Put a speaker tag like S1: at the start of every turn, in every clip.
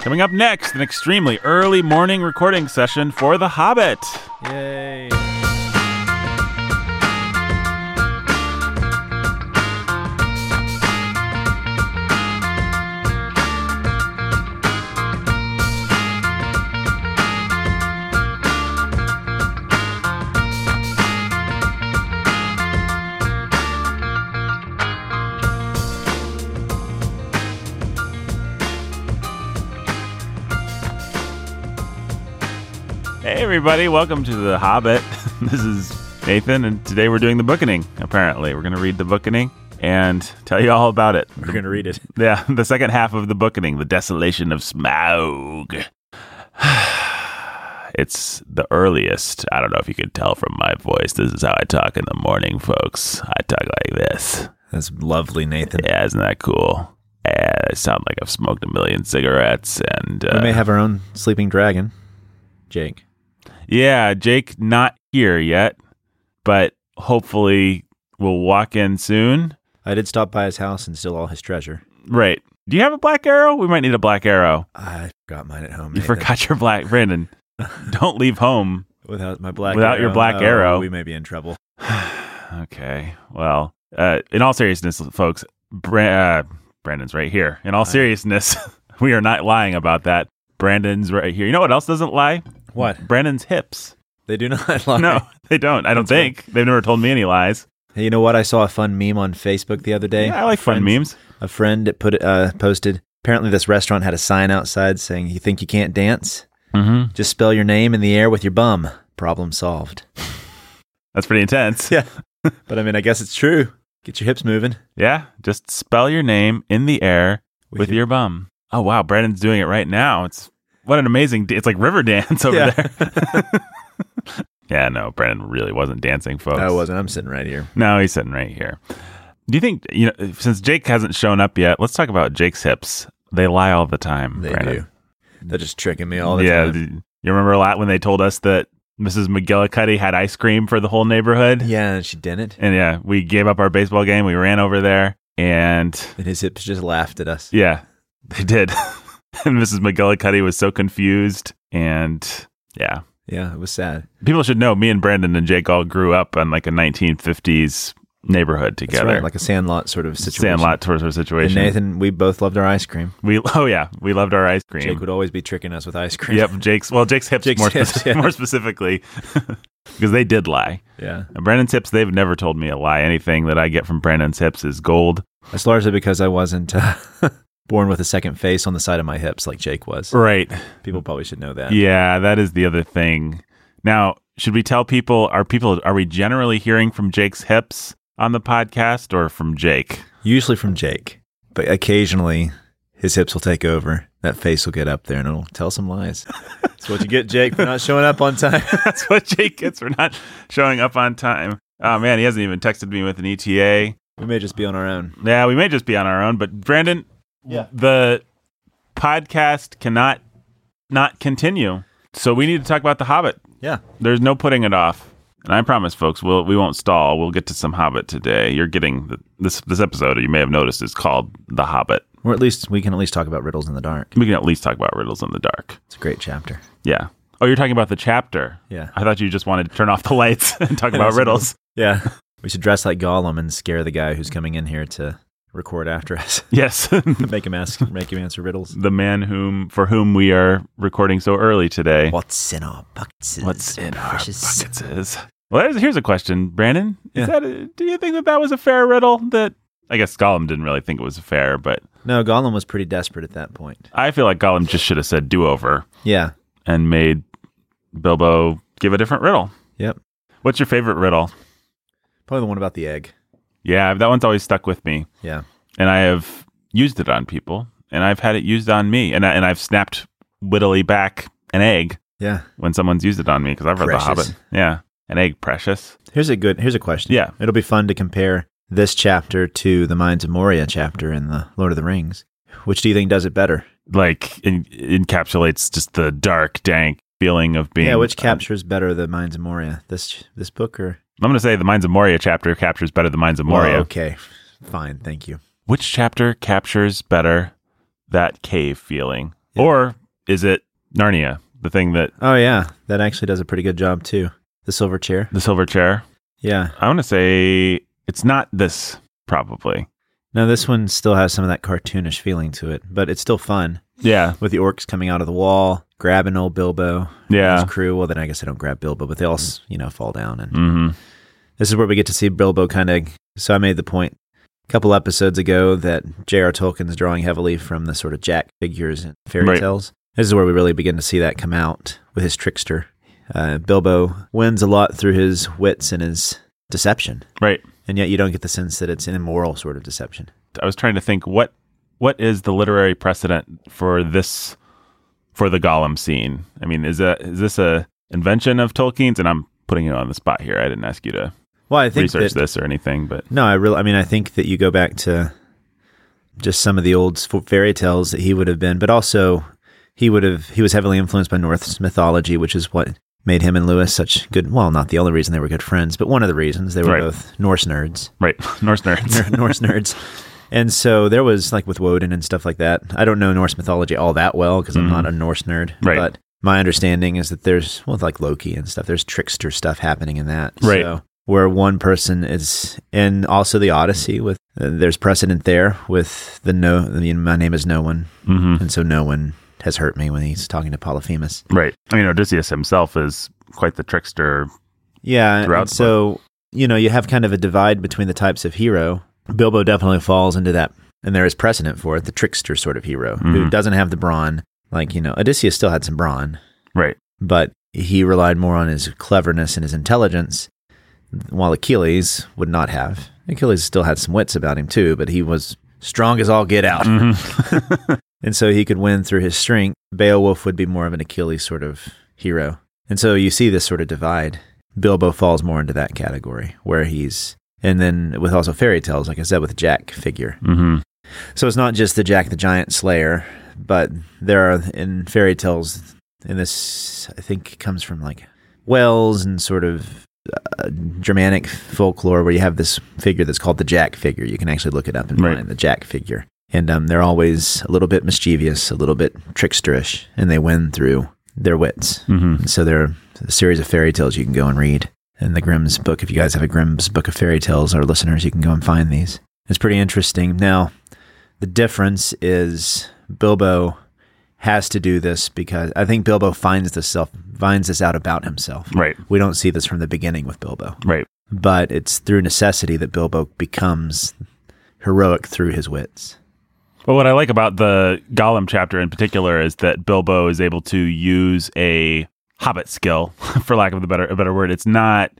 S1: Coming up next, an extremely early morning recording session for The Hobbit.
S2: Yay.
S1: Hey, everybody, welcome to The Hobbit. this is Nathan, and today we're doing the bookening, apparently. We're going to read the bookening and tell you all about it.
S2: We're going to read it.
S1: Yeah, the second half of the bookening, The Desolation of Smaug. it's the earliest. I don't know if you could tell from my voice. This is how I talk in the morning, folks. I talk like this.
S2: That's lovely, Nathan.
S1: Yeah, isn't that cool? Yeah, I sound like I've smoked a million cigarettes and uh,
S2: We may have our own sleeping dragon, Jake.
S1: Yeah, Jake not here yet, but hopefully we'll walk in soon.
S2: I did stop by his house and steal all his treasure.
S1: Right. Do you have a black arrow? We might need a black arrow.
S2: I forgot mine at home.
S1: You
S2: Nathan.
S1: forgot your black Brandon. Don't leave home.
S2: without my black
S1: Without your
S2: arrow,
S1: black
S2: oh,
S1: arrow.
S2: we may be in trouble.
S1: Okay. Well, uh, in all seriousness, folks, Bra- uh, Brandon's right here. In all seriousness, we are not lying about that. Brandon's right here. You know what else doesn't lie?
S2: What?
S1: Brandon's hips.
S2: They do not lie.
S1: No, they don't. I don't
S2: That's right.
S1: think they've never told me any lies.
S2: Hey, you know what? I saw a fun meme on Facebook the other day.
S1: Yeah, I like fun
S2: Friends-
S1: memes.
S2: A friend that put uh, posted. Apparently, this restaurant had a sign outside saying, "You think you can't dance?
S1: Mm-hmm.
S2: Just spell your name in the air with your bum. Problem solved."
S1: That's pretty intense.
S2: yeah, but I mean, I guess it's true. Get your hips moving
S1: Yeah, just spell your name in the air with, your, bum. Oh wow, Brandon's doing it right now. It's what an amazing. d it's like river dance over
S2: Yeah.
S1: there. yeah, no, Brandon really wasn't dancing, folks.
S2: I wasn't. I'm sitting right here.
S1: No, he's sitting right here. Do you think you know? Since Jake hasn't shown up yet, let's talk about Jake's hips. They lie all the time.
S2: They
S1: Brandon.
S2: do. They're just tricking me all the
S1: yeah,
S2: time.
S1: d- you remember a lot when they told us that Mrs. McGillicuddy had ice cream for the whole neighborhood.
S2: Yeah, and she didn't.
S1: And yeah, we gave up our baseball game. We ran over there, and
S2: And his hips just laughed at us.
S1: Yeah, they did. and Mrs. McGillicuddy was so confused. And yeah,
S2: Yeah, it was sad.
S1: people should know me and Brandon and Jake all grew up in like a 1950s neighborhood
S2: That's
S1: together.
S2: right, like a sandlot sort of situation.
S1: Sandlot towards our
S2: And
S1: situation.
S2: Nathan, we both loved our ice cream.
S1: we oh yeah, we loved our ice cream.
S2: Jake would always be tricking us with ice cream.
S1: yep, Jake's well, Jake's hips
S2: Jake's
S1: more,
S2: hips,
S1: speci-
S2: yeah.
S1: more specifically because they did lie.
S2: Yeah.
S1: And Brandon's hips, they've never told me a lie. Anything that I get from Brandon's hips is gold.
S2: That's largely because I wasn't uh, born with a second face on the side of my hips like Jake was.
S1: Right.
S2: People probably should know that.
S1: Yeah, that is the other thing. Now, should we tell people? Are people? Are we generally hearing from Jake's hips on the podcast or from Jake?
S2: Usually from Jake, but occasionally his hips will take over. That face will get up there and it'll tell some lies. That's what you get, Jake, for not showing up on time.
S1: That's what Jake gets for not showing up on time. Oh man, he hasn't even texted me with an ETA.
S2: we may just be on our own.
S1: Yeah, we may just be on our own. But Brandon,
S2: Yeah.
S1: the podcast cannot not continue. So we need to talk about the Hobbit.
S2: Yeah.
S1: There's no putting it off. And I promise, folks, we'll, we won't stall. We'll get to some Hobbit today. You're getting the, this this episode. You may have noticed is called the Hobbit.
S2: Or at least we can at least talk about riddles in the dark.
S1: We can at least talk about riddles in the dark.
S2: It's a great chapter.
S1: Yeah. Oh, you're talking about the chapter.
S2: Yeah.
S1: I thought you just wanted to turn off the lights and talk about
S2: That's-
S1: riddles.
S2: Yeah. We should dress like Gollum and scare the guy who's coming in here to record after us.
S1: Yes.
S2: make him ask, make him answer riddles.
S1: the man whom for whom we are recording so early today.
S2: What's in our buckets?
S1: What's in our
S2: precious?
S1: buckets is. Well, there's, here's a question, Brandon. Is
S2: Yeah.
S1: that a, do you think that that was a fair riddle? That I guess Gollum didn't really think it was fair, but
S2: No, Gollum was pretty desperate at that point.
S1: I feel like Gollum just should have said do over
S2: Yeah.
S1: and made Bilbo give a different riddle.
S2: Yep.
S1: What's your favorite riddle?
S2: Probably the one about the egg.
S1: Yeah, that one's always stuck with me.
S2: Yeah.
S1: and I have used it on people, and I've had it used on me, and I, and I've snapped wittily back an egg
S2: Yeah.
S1: when someone's used it on me because I've read
S2: Precious.
S1: The Hobbit. Yeah, an egg, precious.
S2: Here's a good here's a question.
S1: Yeah.
S2: It'll be fun to compare this chapter to the Mines of Moria chapter in the Lord of the Rings. Which do you think does it better?
S1: Like in, encapsulates just the dark, dank feeling of being.
S2: yeah, which
S1: um,
S2: captures better the Mines of Moria? This this book or
S1: I'm going to say the Minds of Moria chapter captures better the Minds of Moria.
S2: Well, Oh, okay. Fine, thank you.
S1: Which chapter captures better that cave feeling?
S2: Yeah.
S1: Or is it Narnia, the thing that
S2: Oh yeah, that actually does a pretty good job too. The silver chair.
S1: the silver chair?
S2: Yeah.
S1: I want to say it's not this, probably.
S2: No, this one still has some of that cartoonish feeling to it, but it's still fun
S1: Yeah.
S2: with the orcs coming out of the wall, grabbing old Bilbo,
S1: Yeah.
S2: his crew. Well, then I guess they don't grab Bilbo, but they all s- you know fall down, and
S1: Mm
S2: this is where we get to see Bilbo kind of. So I made the point a couple episodes ago that J.R. Tolkien's drawing heavily from the sort of Jack figures in fairy
S1: Right.
S2: tales. This is where we really begin to see that come out with his trickster. Uh, Bilbo wins a lot through his wits and his deception,
S1: hmm. Right.
S2: and yet you don't get the sense that it's an immoral sort of deception.
S1: I was trying to think what what is the literary precedent for this for the Gollum scene? I mean, is a is this a invention of Tolkien's? And I'm putting you on the spot here. I didn't ask you to
S2: Well, I think
S1: research
S2: that,
S1: this or anything, but
S2: No, I really. I mean, I think that you go back to just some of the old f- fairy tales that he would have been, but also he would have. He was heavily influenced by Norse mythology, which is what made him and Lewis such good. Well, not the only reason they were good friends, but one of the reasons they were
S1: Right.
S2: both Norse nerds.
S1: right, Norse nerds.
S2: Nor- Norse nerds. And so there was like with Woden and stuff like that. I don't know Norse mythology all that well because I'm not a Norse nerd.
S1: Mm-hmm. Right.
S2: But my understanding is that there's well, like Loki and stuff. There's trickster stuff happening in that.
S1: Right.
S2: So, where one person is, and also the Odyssey with uh, there's precedent there with the no. I mean, my name is no one,
S1: hmm
S2: and so no one has hurt me when he's talking to Polyphemus.
S1: Right. I mean, Odysseus himself is quite the trickster.
S2: Yeah,
S1: throughout
S2: and
S1: the
S2: so you know you have kind of a divide between the types of hero. Bilbo definitely falls into that, and there is precedent for it—the trickster sort of hero who
S1: Mhm.
S2: doesn't have the brawn. Like you know, Odysseus still had some brawn,
S1: Right.
S2: but he relied more on his cleverness and his intelligence, while Achilles would not have. Achilles still had some wits about him too, but he was strong as all get out,
S1: Mhm.
S2: and so he could win through his strength. Beowulf would be more of an Achilles sort of hero. And so you see this sort of divide. Bilbo falls more into that category where he's, and then with also fairy tales, like I said, with Jack figure.
S1: Mhm.
S2: So it's not just the Jack the Giant Slayer, but there are in fairy tales, and this I think comes from like Wells and sort of uh, Germanic folklore where you have this figure that's called the Jack figure. You can actually look it up and
S1: Right.
S2: find the Jack figure. And um, they're always a little bit mischievous, a little bit tricksterish, and they win through their wits.
S1: Mhm.
S2: So there are a series of fairy tales you can go and read. And the Grimm's book, if you guys have a Grimm's book of fairy tales, our listeners, you can go and find these. It's pretty interesting. Now, the difference is Bilbo has to do this because I think Bilbo finds this self finds this out about himself.
S1: Right.
S2: We don't see this from the beginning with Bilbo,
S1: Right.
S2: but it's through necessity that Bilbo becomes heroic through his wits.
S1: Well, what I like about the Gollum chapter in particular is that Bilbo is able to use a hobbit skill, for lack of the better a better word. It's not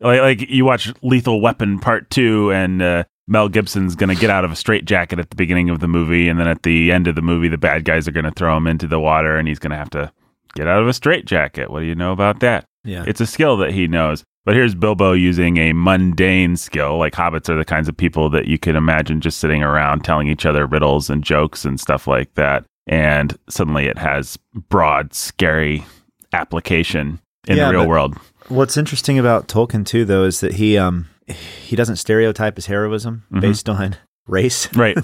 S1: like, like you watch Lethal Weapon Part Two, and uh, Mel Gibson's going to get out of a straitjacket at the beginning of the movie, and then at the end of the movie, the bad guys are going to throw him into the water, and he's going to have to get out of a straitjacket. What do you know about that?
S2: Yeah.
S1: It's a skill that he knows. But here's Bilbo using a mundane skill. Like hobbits are the kinds of people that you can imagine just sitting around telling each other riddles and jokes and stuff like that. And suddenly it has broad, scary application in
S2: Yeah,
S1: the real
S2: but-
S1: world.
S2: What's interesting about Tolkien too, though, is that he um he doesn't stereotype his heroism
S1: Mhm.
S2: based on race,
S1: Right,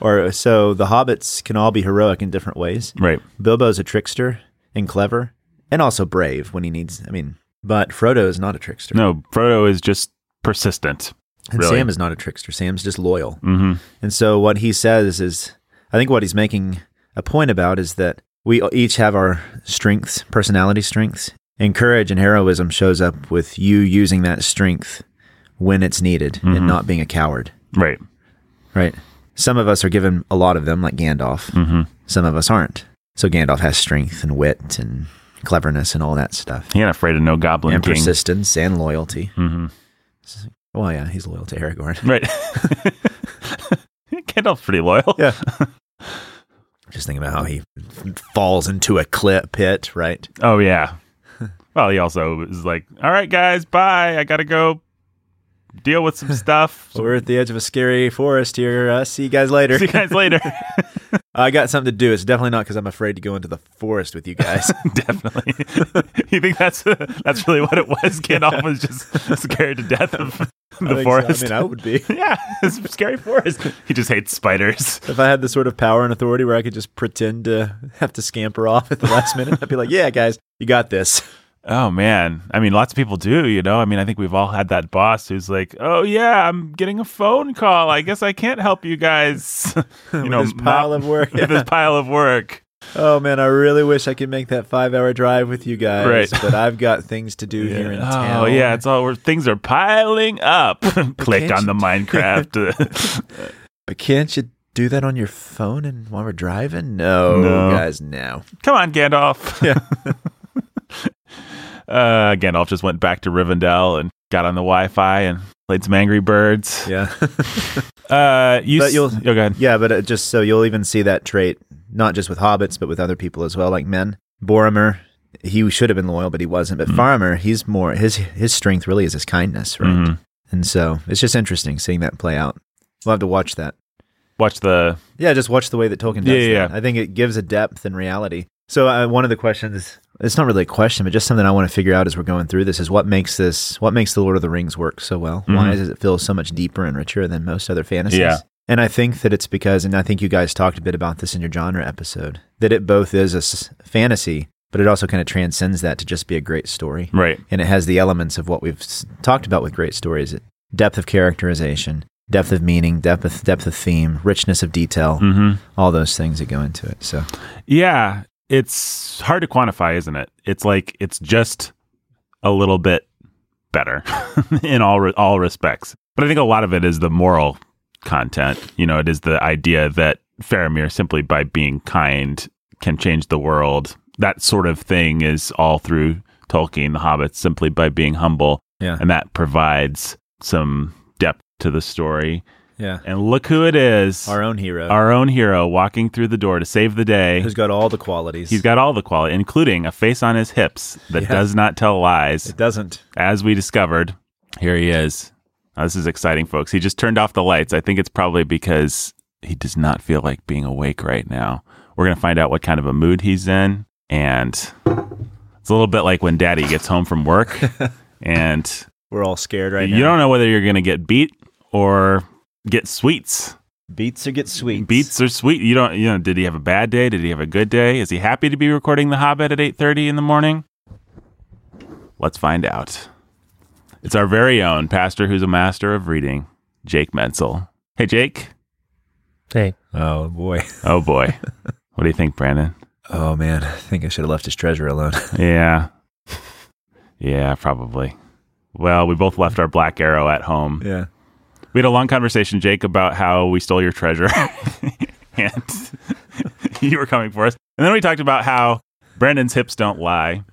S2: or so the hobbits can all be heroic in different ways.
S1: right,
S2: Bilbo's a trickster and clever, and also brave when he needs. I mean, but Frodo is not a trickster,
S1: No, Frodo is just persistent.
S2: and
S1: really.
S2: Sam is not a trickster. Sam's just loyal.
S1: hmm
S2: And so what he says is, I think what he's making a point about is that we each have our strengths, personality strengths, and courage and heroism shows up with you using that strength when it's needed
S1: Mhm.
S2: and not being a coward.
S1: Right.
S2: Right. Some of us are given a lot of them, like Gandalf.
S1: hmm
S2: Some of us aren't. So Gandalf has strength and wit and cleverness and all that stuff,
S1: He ain't afraid of no Goblin
S2: and
S1: King.
S2: persistence and loyalty.
S1: hmm
S2: Well, yeah, he's loyal to Aragorn.
S1: Right. Gandalf's pretty loyal.
S2: Yeah. Just think about how he falls into a cli pit, right?
S1: Oh yeah. well, he also is like, "All right, guys, bye. I gotta go deal with some stuff.
S2: So we're at the edge of a scary forest here. Uh, see you guys later.
S1: See you guys later.
S2: I got something to do. It's definitely not because I'm afraid to go into the forest with you guys.
S1: Definitely. you think that's that's really what it was? Gandalf was just scared to death of
S2: I
S1: the
S2: think so.
S1: forest.
S2: I mean, I would be.
S1: yeah, it's a scary forest. He just hates spiders.
S2: If I had the sort of power and authority where I could just pretend to have to scamper off at the last minute, I'd be like, yeah, guys, you got this.
S1: Oh man, I mean, lots of people do. You know, I mean, I think we've all had that boss who's like, "Oh yeah, I'm getting a phone call. I guess I can't help you guys." you
S2: With
S1: know,
S2: this pile
S1: mop-
S2: of work.
S1: with this pile of work.
S2: Oh, man, I really wish I could make that five hour drive with you guys,
S1: Right.
S2: but I've got things to do here in town.
S1: Oh yeah, it's all where things are piling up. Click
S2: can't
S1: on the
S2: you-
S1: Minecraft.
S2: But can't you do that on your phone and while we're driving? No,
S1: No.
S2: guys, no.
S1: Come on, Gandalf.
S2: Yeah.
S1: uh, Gandalf just went back to Rivendell and got on the Wi-Fi and played some Angry Birds.
S2: Yeah.
S1: Uh, you
S2: But
S1: s-
S2: you'll-
S1: oh, go ahead.
S2: yeah, but uh, just so you'll even see that trait, not just with hobbits, but with other people as well, like men. Boromir, he should have been loyal, but he wasn't. But Faramir, he's more, his, his strength really is his kindness, right?
S1: Mhm.
S2: And so it's just interesting seeing that play out. We'll have to watch that.
S1: Watch the
S2: Yeah, just watch the way that Tolkien does
S1: Yeah, yeah,
S2: that. I think it gives a depth and reality. So uh, one of the questions, it's not really a question, but just something I want to figure out as we're going through this is what makes this, what makes the Lord of the Rings work so well? Why
S1: Mhm.
S2: does it feel so much deeper and richer than most other fantasies?
S1: Yeah.
S2: And I think that it's because, and I think you guys talked a bit about this in your genre episode, that it both is a s- fantasy, but it also kind of transcends that to just be a great story
S1: right.
S2: and it has the elements of what we've s- talked about with great stories depth of characterization depth of meaning depth of depth of theme richness of detail
S1: Mm-hmm.
S2: all those things that go into it so
S1: Yeah, it's hard to quantify, isn't it? It's like it's just a little bit better in all re- all respects. But I think a lot of it is the moral content. You know, it is the idea that Faramir simply by being kind can change the world. That sort of thing is all through Tolkien, the Hobbits, simply by being humble,
S2: yeah
S1: and that provides some depth to the story.
S2: yeah
S1: And look who it is.
S2: our own hero
S1: our own hero walking through the door to save the day.
S2: who's got all the qualities
S1: He's got all the quality, including a face on his hips that
S2: Yeah.
S1: does not tell lies.
S2: it doesn't
S1: As we discovered, here he is. Now, this is exciting, folks. He just turned off the lights. I think it's probably because he does not feel like being awake right now. We're going to find out what kind of a mood he's in. And it's a little bit like when daddy gets home from work and
S2: we're all scared right
S1: you
S2: now
S1: don't know whether you're going to get beat or get sweets.
S2: beats or get sweet
S1: Beats are sweet. You don't you know, did he have a bad day? Did he have a good day? Is he happy to be recording The Hobbit at 8:30 in the morning? Let's find out. It's our very own pastor who's a master of reading, Jake Menzel. Hey Jake.
S3: Hey,
S2: oh boy
S1: Oh boy. what do you think, Brandon?
S2: oh man i think i should have left his treasure alone
S1: Yeah. Yeah, probably. Well, we both left our black arrow at home.
S2: yeah
S1: We had a long conversation, Jake, about how we stole your treasure and you were coming for us. And then we talked about how Brandon's hips don't lie,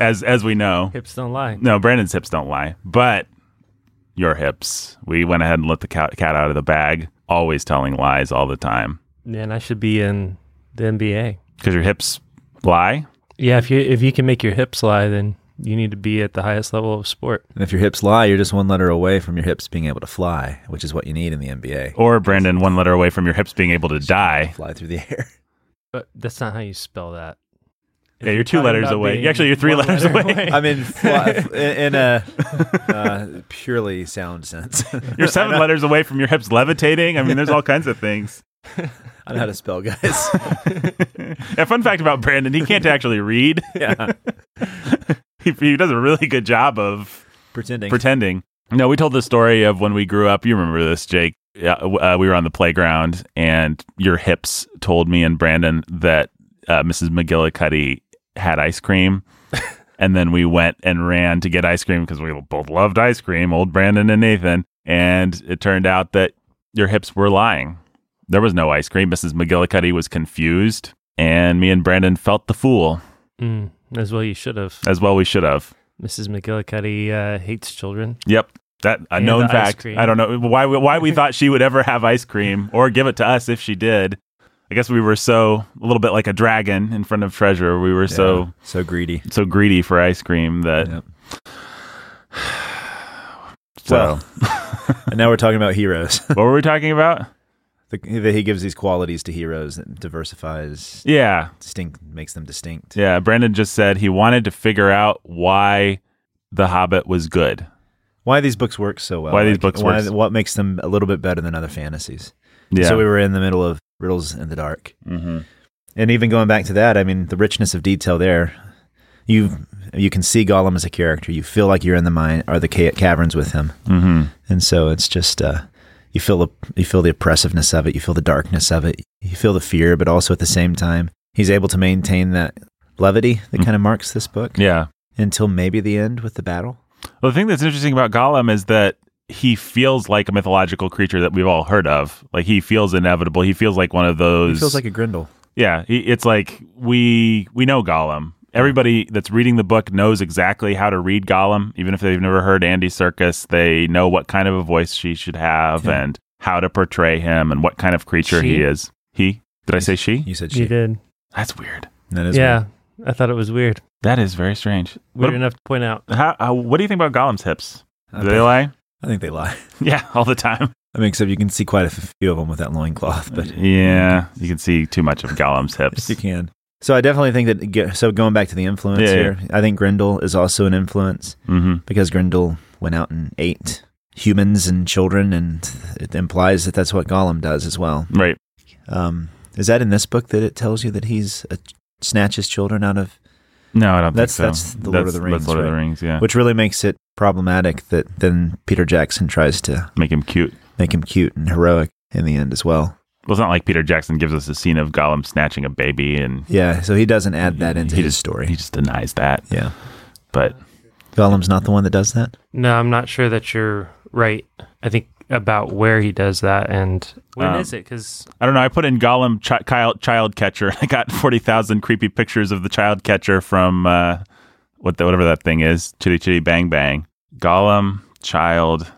S1: as as we know.
S3: hips don't lie.
S1: No, Brandon's hips don't lie, but your hips. We went ahead and let the cat, cat out of the bag, always telling lies all the time
S3: Man, I should be in the NBA.
S1: because your hips lie.
S3: Yeah, if you if you can make your hips lie, then you need to be at the highest level of sport.
S2: and if your hips lie you're just one letter away from your hips being able to fly which is what you need in the nba
S1: Or Brandon, one letter away from your hips being able to die.
S2: fly through the air
S3: But that's not how you spell that. If
S1: Yeah, you're two
S3: talking
S1: letters
S3: about
S1: away.
S3: being
S1: Actually, you're three
S3: one
S1: letters away.
S2: I mean, fly, in, in a uh, purely sound sense. I
S1: You're seven letters away from your hips levitating. I mean, there's all kinds of things.
S2: don't know how to spell, guys.
S1: A fun fact about Brandon, he can't actually read.
S2: yeah,
S1: He, he does a really good job of
S2: pretending.
S1: pretending. No, we told the story of when we grew up. You remember this, Jake. Yeah, w- Uh, we were on the playground, and your hips told me and Brandon that uh, Mrs. McGillicuddy had ice cream. and then we went and ran to get ice cream because we both loved ice cream, old Brandon and Nathan. And it turned out that your hips were lying. There was no ice cream. Mrs. McGillicuddy was confused, and me and Brandon felt the fool,
S3: Mm, as well, you should have.
S1: as well we should have.
S3: Mrs. McGillicuddy uh, hates children.
S1: Yep. That a
S3: And
S1: known
S3: the ice
S1: fact.
S3: cream.
S1: I don't know why we- why we thought she would ever have ice cream or give it to us if she did. I guess we were so a little bit like a dragon in front of treasure. We were
S2: Yeah,
S1: so
S2: so greedy.
S1: so greedy for ice cream that
S2: Yep.
S1: so
S2: Well, and now we're talking about heroes.
S1: what were we talking about?
S2: the, that he gives these qualities to heroes that diversifies,
S1: Yeah.
S2: distinct, makes them distinct.
S1: Yeah. Brandon just said he wanted to figure out why The Hobbit was good.
S2: Why these books work so well?
S1: Why these books
S2: why,
S1: work-
S2: What makes them a little bit better than other fantasies?
S1: Yeah.
S2: So we were in the middle of riddles in the dark.
S1: mm-hmm.
S2: And even going back to that, I mean, the richness of detail there. You you can see Gollum as a character. You feel like you're in the mine or the ca- caverns with him,
S1: Mm-hmm.
S2: and so it's just uh, you feel the you feel the oppressiveness of it. You feel the darkness of it. You feel the fear, but also at the same time, he's able to maintain that levity
S1: Mm-hmm.
S2: that kind of marks this book
S1: Yeah.
S2: until maybe the end with the battle.
S1: Well, the thing that's interesting about Gollum is that he feels like a mythological creature that we've all heard of. Like he feels inevitable. He feels like one of
S2: He
S1: those.
S2: feels like a Grendel.
S1: yeah. He, it's like we we know Gollum. Everybody that's reading the book knows exactly how to read Gollum, even if they've never heard Andy Circus. They know what kind of a voice she should have
S2: Yeah.
S1: and how to portray him and what kind of creature he
S3: She?
S1: is. He did I say she?
S2: You said she.
S3: You did.
S1: That's weird.
S2: That is
S3: yeah.
S2: weird.
S3: I thought it was weird.
S1: That is very strange.
S3: Weird
S1: What,
S3: enough to point out.
S1: how, how, what do you think about Gollum's hips?
S2: I,
S1: Do they
S2: think-
S1: lie?
S2: I think they lie.
S1: Yeah, all the time.
S2: I mean, except you can see quite a few of them with that loincloth, but
S1: yeah, you can see too much of Gollum's hips.
S2: you can. So I definitely think that. ge- So going back to the influence
S1: Yeah,
S2: here, I think Grendel is also an influence
S1: hmm
S2: because Grendel went out and ate humans and children, and it implies that that's what Gollum does as well.
S1: Right.
S2: Um, is that in this book that it tells you that he's a, snatches children out of,
S1: No, I don't
S2: That's-
S1: think so.
S2: that's the Lord of the Rings,
S1: That's Lord of the
S2: right?
S1: Rings. Yeah,
S2: which really makes it problematic that then Peter Jackson tries to
S1: make him cute.
S2: make him cute and heroic in the end as well.
S1: Well, it's not like Peter Jackson gives us a scene of Gollum snatching a baby, and
S2: Yeah, so he doesn't add that into
S1: He
S2: his
S1: just-
S2: story.
S1: he just denies that.
S2: Yeah,
S1: But
S2: Gollum's not the one that does that.
S3: No, I'm not sure that you're right. I think about where he does that and when is
S1: Um,
S3: it? Because
S1: I don't know. I put in Gollum chi- child child catcher. I got forty thousand creepy pictures of the child catcher from uh, what the, whatever that thing is. Chitty Chitty Bang Bang. Gollum child.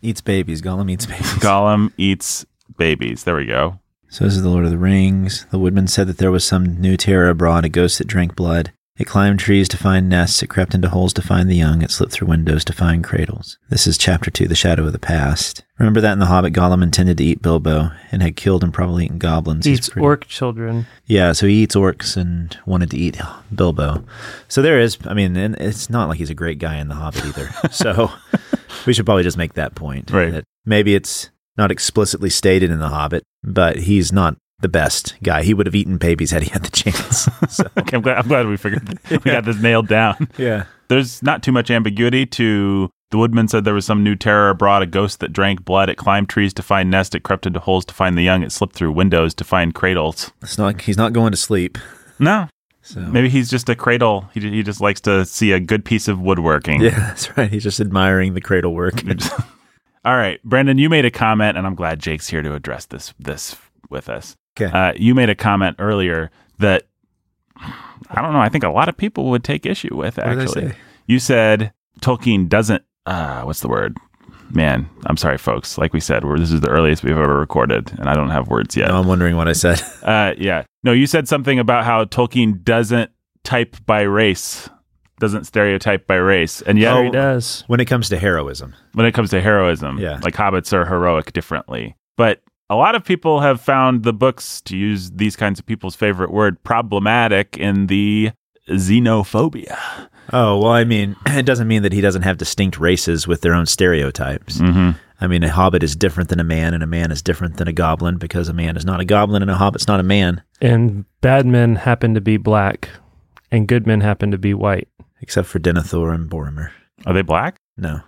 S2: Eats babies. Gollum eats babies.
S1: Gollum eats babies. There we go.
S2: So this is the Lord of the Rings. The woodman said that there was some new terror abroad, a ghost that drank blood. It climbed trees to find nests. It crept into holes to find the young. It slipped through windows to find cradles. This is chapter two, The Shadow of the Past. Remember that in The Hobbit, Gollum intended to eat Bilbo and had killed and probably eaten goblins. He's
S3: these
S2: pretty-
S3: orc children.
S2: Yeah, so he eats orcs and wanted to eat Bilbo. So there is, I mean, and it's not like he's a great guy in The Hobbit either. so we should probably just make that point.
S1: Right.
S2: that maybe it's not explicitly stated in The Hobbit, but he's not the best guy. He would have eaten babies had he had the chance. So,
S1: Okay, I'm glad. I'm glad we figured we
S2: Yeah.
S1: got this nailed down.
S2: yeah.
S1: there's not too much ambiguity to the woodman said there was some new terror abroad a ghost that drank blood it climbed trees to find nest it crept into holes to find the young it slipped through windows to find cradles
S2: It's not, he's not going to sleep.
S1: no
S2: So.
S1: maybe he's just a cradle he, he just likes to see a good piece of woodworking
S2: Yeah, that's right. He's just admiring the cradle work.
S1: all right brandon you made a comment and i'm glad jake's here to address this this with us
S2: Okay.
S1: uh, you made a comment earlier that i don't know i think a lot of people would take issue with
S2: What did I
S1: actually
S2: say?
S1: You said Tolkien doesn't. Uh, what's the word? Man, I'm sorry, folks. Like we said, we're, this is the earliest we've ever recorded, and I don't have words yet.
S2: Now I'm wondering what I said.
S1: Uh, yeah. No, you said something about how Tolkien doesn't type by race, doesn't stereotype by race, and yet
S3: Sure he does.
S2: When it comes to heroism,
S1: when it comes to heroism,
S2: Yeah.
S1: like hobbits are heroic differently. But a lot of people have found the books, to use these kinds of people's favorite word, problematic in the xenophobia.
S2: Oh, well, I mean, it doesn't mean that he doesn't have distinct races with their own stereotypes.
S1: Mm-hmm.
S2: I mean, a hobbit is different than a man, and a man is different than a goblin because a man is not a goblin and a hobbit's not a man,
S3: And bad men happen to be black, and good men happen to be white.
S2: except for Denethor and Boromir.
S1: Are they black?
S2: No,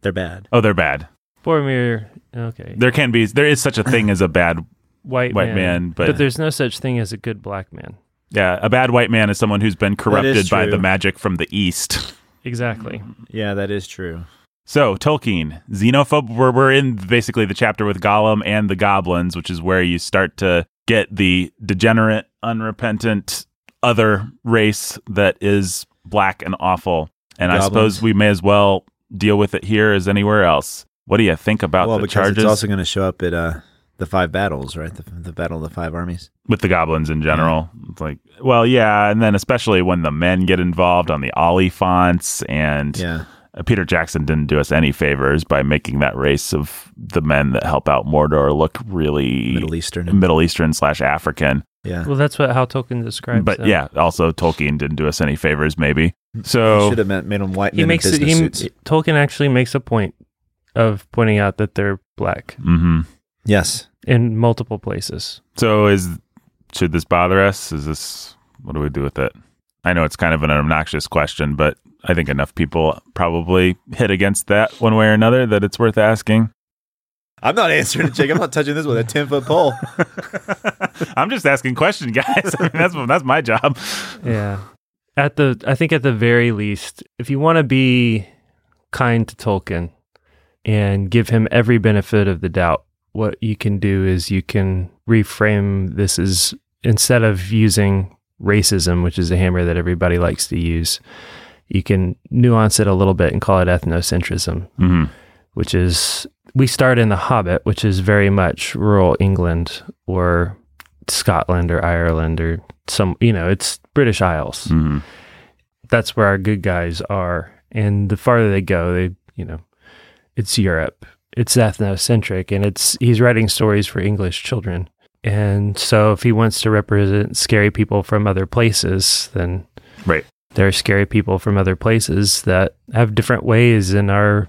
S2: they're bad.
S1: Oh, they're bad.
S3: Boromir, okay,
S1: There can be. There is such a thing as a bad.
S3: white
S1: white
S3: man,
S1: man, but-
S3: there's no such thing as a good black man.
S1: Yeah, a bad white man is someone who's been corrupted by
S2: true.
S1: the magic from the east.
S3: Exactly.
S2: Yeah, that is true.
S1: So Tolkien, xenophobe. We're, we're in basically the chapter with Gollum and the goblins, which is where you start to get the degenerate, unrepentant other race that is black and awful. And I
S2: Goblins.
S1: suppose we may as well deal with it here as anywhere else. What do you think about
S2: well,
S1: the
S2: because
S1: charges
S2: it's also going to show up at uh, the five battles, right? The, the battle of the five armies.
S1: with the goblins
S2: Mm-hmm.
S1: in general? It's like, well, yeah, and then especially when the men get involved on the Ollie fonts and
S2: Yeah,
S1: uh, Peter Jackson didn't do us any favors by making that race of the men that help out Mordor look really
S2: Middle Eastern. and-
S1: Middle Eastern slash African.
S2: yeah.
S3: Well, that's what how Tolkien describes.
S1: But
S3: them.
S1: yeah, also Tolkien didn't do us any favors, maybe. So
S2: Mm, should have made them white
S3: he
S2: men
S3: makes
S2: in
S3: it,
S2: business
S3: he,
S2: suits.
S3: Tolkien actually makes a point of pointing out that they're black
S1: hmm
S2: Yes.
S3: in multiple places.
S1: so is should this bother us? Is this what do we do with it? I know it's kind of an obnoxious question, but I think enough people probably hit against that one way or another that it's worth asking.
S2: I'm not answering it, Jake. I'm not touching this with a 10 foot pole.
S1: I'm just asking question, guys. I mean, that's that's my job.
S3: Yeah. At the I think at the very least, if you want to be kind to Tolkien and give him every benefit of the doubt, what you can do is you can reframe this as instead of using racism, which is a hammer that everybody likes to use, you can nuance it a little bit and call it ethnocentrism,
S1: hmm
S3: which is we start in The Hobbit, which is very much rural England or Scotland or Ireland or some, you know, it's British Isles
S1: hmm
S3: that's where our good guys are. And the farther they go, they, you know, it's Europe, it's ethnocentric, and it's he's writing stories for English children. And so if he wants to represent scary people from other places, then
S1: Right.
S3: there are scary people from other places that have different ways and are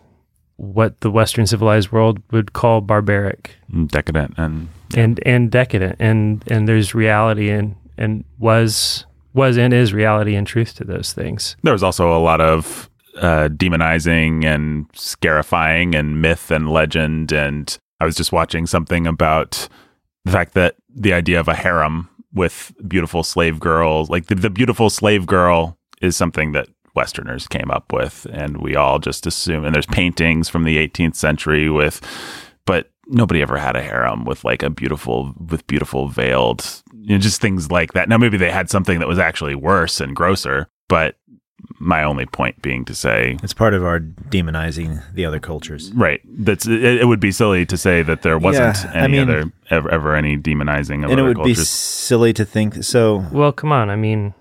S3: what the Western civilized world would call barbaric
S1: Decadent and
S3: and and decadent and and there's reality and and was was and is reality and truth to those things.
S1: there was also a lot of uh, demonizing and scarifying and myth and legend. And I was just watching something about the fact that the idea of a harem with beautiful slave girls, like the, the beautiful slave girl, is something that Westerners came up with. And we all just assume, and there's paintings from the 18th century with, but nobody ever had a harem with like a beautiful, with beautiful veiled, you know, just things like that. Now, maybe they had something that was actually worse and grosser, but my only point being to say
S2: It's part of our demonizing the other cultures.
S1: right that's it, it would be silly to say that there wasn't
S2: Yeah, I
S1: any
S2: mean-
S1: other ever, ever any demonizing of
S2: and it
S1: other
S2: would be
S1: cultures
S2: silly to think so.
S3: Well, come on. I mean,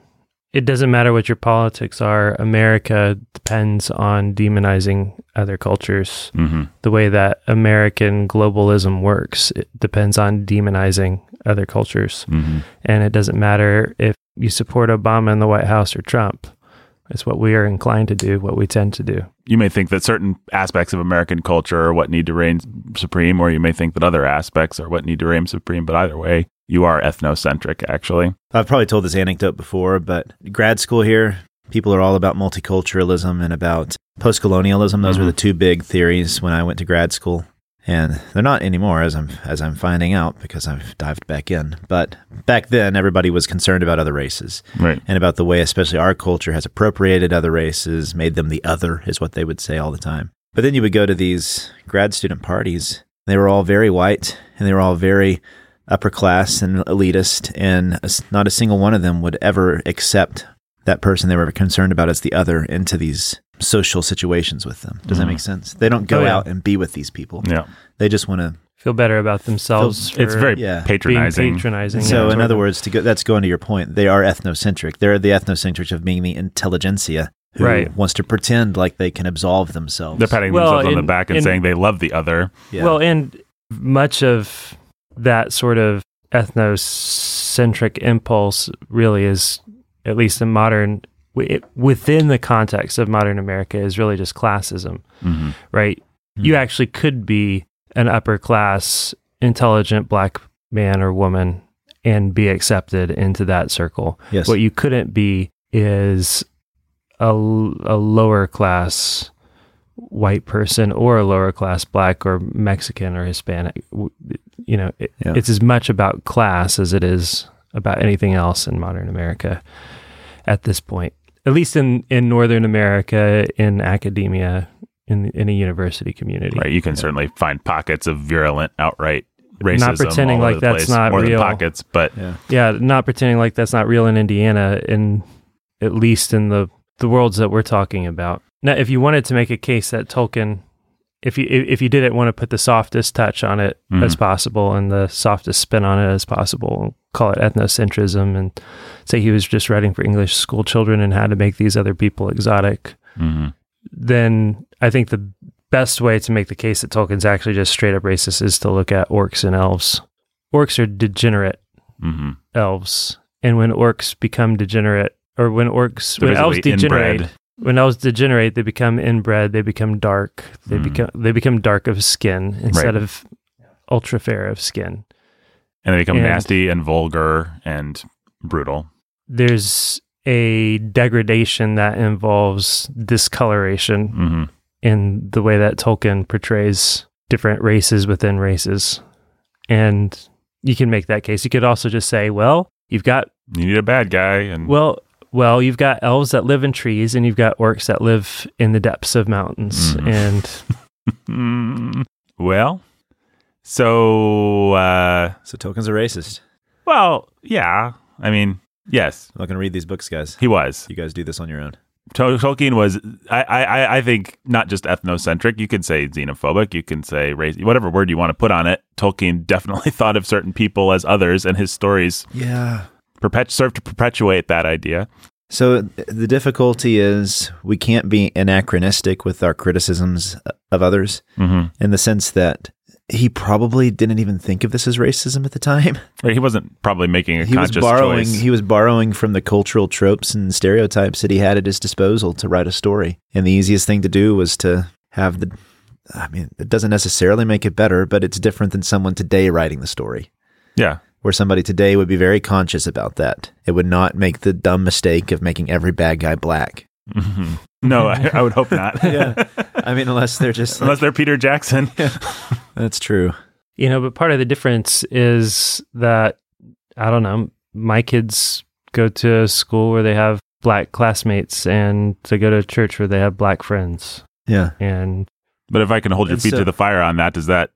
S3: it doesn't matter what your politics are. America depends on demonizing other cultures.
S1: hmm
S3: The way that American globalism works, it depends on demonizing other cultures.
S1: hmm
S3: And it doesn't matter if you support Obama in the White House or Trump. It's what we are inclined to do, what we tend to do.
S1: you may think that certain aspects of american culture are what need to reign supreme or you may think that other aspects are what need to reign supreme but either way you are ethnocentric actually
S2: I've probably told this anecdote before, but grad school here, people are all about multiculturalism and about post colonialism. Those were
S1: Mhm.
S2: the two big theories when I went to grad school. And they're not anymore, as I'm as I'm finding out because I've dived back in. But back then, everybody was concerned about other races
S1: right
S2: and about the way, especially our culture, has appropriated other races, made them the other, is what they would say all the time. But then you would go to these grad student parties. They were all very white and they were all very upper class and elitist, and s- not a single one of them would ever accept that person they were concerned about as the other into these social situations with them. Does that
S1: Mhm.
S2: make sense? They don't go
S3: Oh, yeah.
S2: out and be with these people.
S1: yeah
S2: They just want to.
S3: Feel better about themselves.
S1: it's
S3: for
S1: very
S2: yeah. being
S3: being
S1: patronizing
S3: patronizing.
S2: So,
S3: Yeah.
S2: in other words, to go, that's going to your point. They are ethnocentric. They're the ethnocentric of being the intelligentsia who
S3: Right.
S2: wants to pretend like they can absolve themselves.
S1: they're patting
S3: Well,
S1: themselves on
S3: in-
S1: the back and
S3: in-
S1: saying they love the other
S2: Yeah.
S3: Well, and much of that sort of ethnocentric impulse really is, at least in modern, wi- within the context of modern America, is really just classism,
S1: hmm
S3: right? You
S2: Hmm.
S3: actually could be an upper class, intelligent black man or woman and be accepted into that circle.
S2: yes.
S3: What you couldn't be is a, l- a lower class white person or a lower class black or Mexican or Hispanic. W- You know, it,
S2: Yeah.
S3: it's as much about class as it is about anything else in modern America at this point, at least in, in Northern America, in academia, in, in a university community.
S1: Right. You can certainly find pockets of virulent, outright racism.
S3: pretending
S1: all over
S3: like
S1: the
S3: that's
S1: place.
S3: not
S1: more
S3: real.
S1: Than pockets, but
S2: yeah.
S3: Yeah, not pretending like that's not real in Indiana, in at least in the the worlds that we're talking about. Now, if you wanted to make a case that Tolkien, if you if you didn't want to put the softest touch on it
S1: Mhm.
S3: as possible and the softest spin on it as possible, call it ethnocentrism, and say he was just writing for English school children and how to make these other people exotic,
S1: Mhm.
S3: then I think the best way to make the case that Tolkien's actually just straight up racist is to look at orcs and elves. Orcs are degenerate
S1: Mm-hmm.
S3: elves, and when orcs become degenerate, or when orcs when elves
S1: basically
S3: degenerate,
S1: inbred.
S3: when elves degenerate, they become inbred, they become dark, they
S1: Mm.
S3: become they become dark of skin instead of ultra fair of skin.
S1: and they become
S3: and-
S1: nasty and vulgar and brutal.
S3: There's a degradation that involves discoloration
S1: hmm
S3: in the way that Tolkien portrays different races within races. And you can make that case. You could also just say, well, you've got
S1: You need a bad guy, and
S3: well well, you've got elves that live in trees and you've got orcs that live in the depths of mountains
S1: Mhm.
S3: and
S1: Mm, well, so uh,
S2: So Tolkien's a racist.
S1: well, yeah. I mean, yes,
S2: I'm not going to read these books, guys.
S1: he was.
S2: You guys do this on your own.
S1: Tol- Tolkien was, I, I, I- I think, not just ethnocentric. You can say xenophobic. You can say race, whatever word you want to put on it. Tolkien definitely thought of certain people as others, and his stories
S2: Yeah.
S1: perpet- serve to perpetuate that idea.
S2: So th- the difficulty is we can't be anachronistic with our criticisms of others
S1: Mm-hmm.
S2: in the sense that he probably didn't even think of this as racism at the time.
S1: He wasn't probably making a
S2: he was
S1: conscious
S2: borrowing
S1: choice.
S2: he was borrowing from the cultural tropes and stereotypes that he had at his disposal to write a story and the easiest thing to do was to have the i mean it doesn't necessarily make it better but it's different than someone today writing the story
S1: yeah,
S2: where somebody today would be very conscious about that it would not make the dumb mistake of making every bad guy black
S1: Mhm. no, I, I would hope not.
S2: Yeah. i mean unless they're just
S1: unless they're Peter Jackson.
S2: that's true
S3: you know, but part of the difference is that I don't know, my kids go to a school where they have black classmates and they go to a church where they have black friends
S2: yeah
S3: and
S1: But if I can hold your
S2: And
S1: feet
S2: so-
S1: to the fire on that, does that?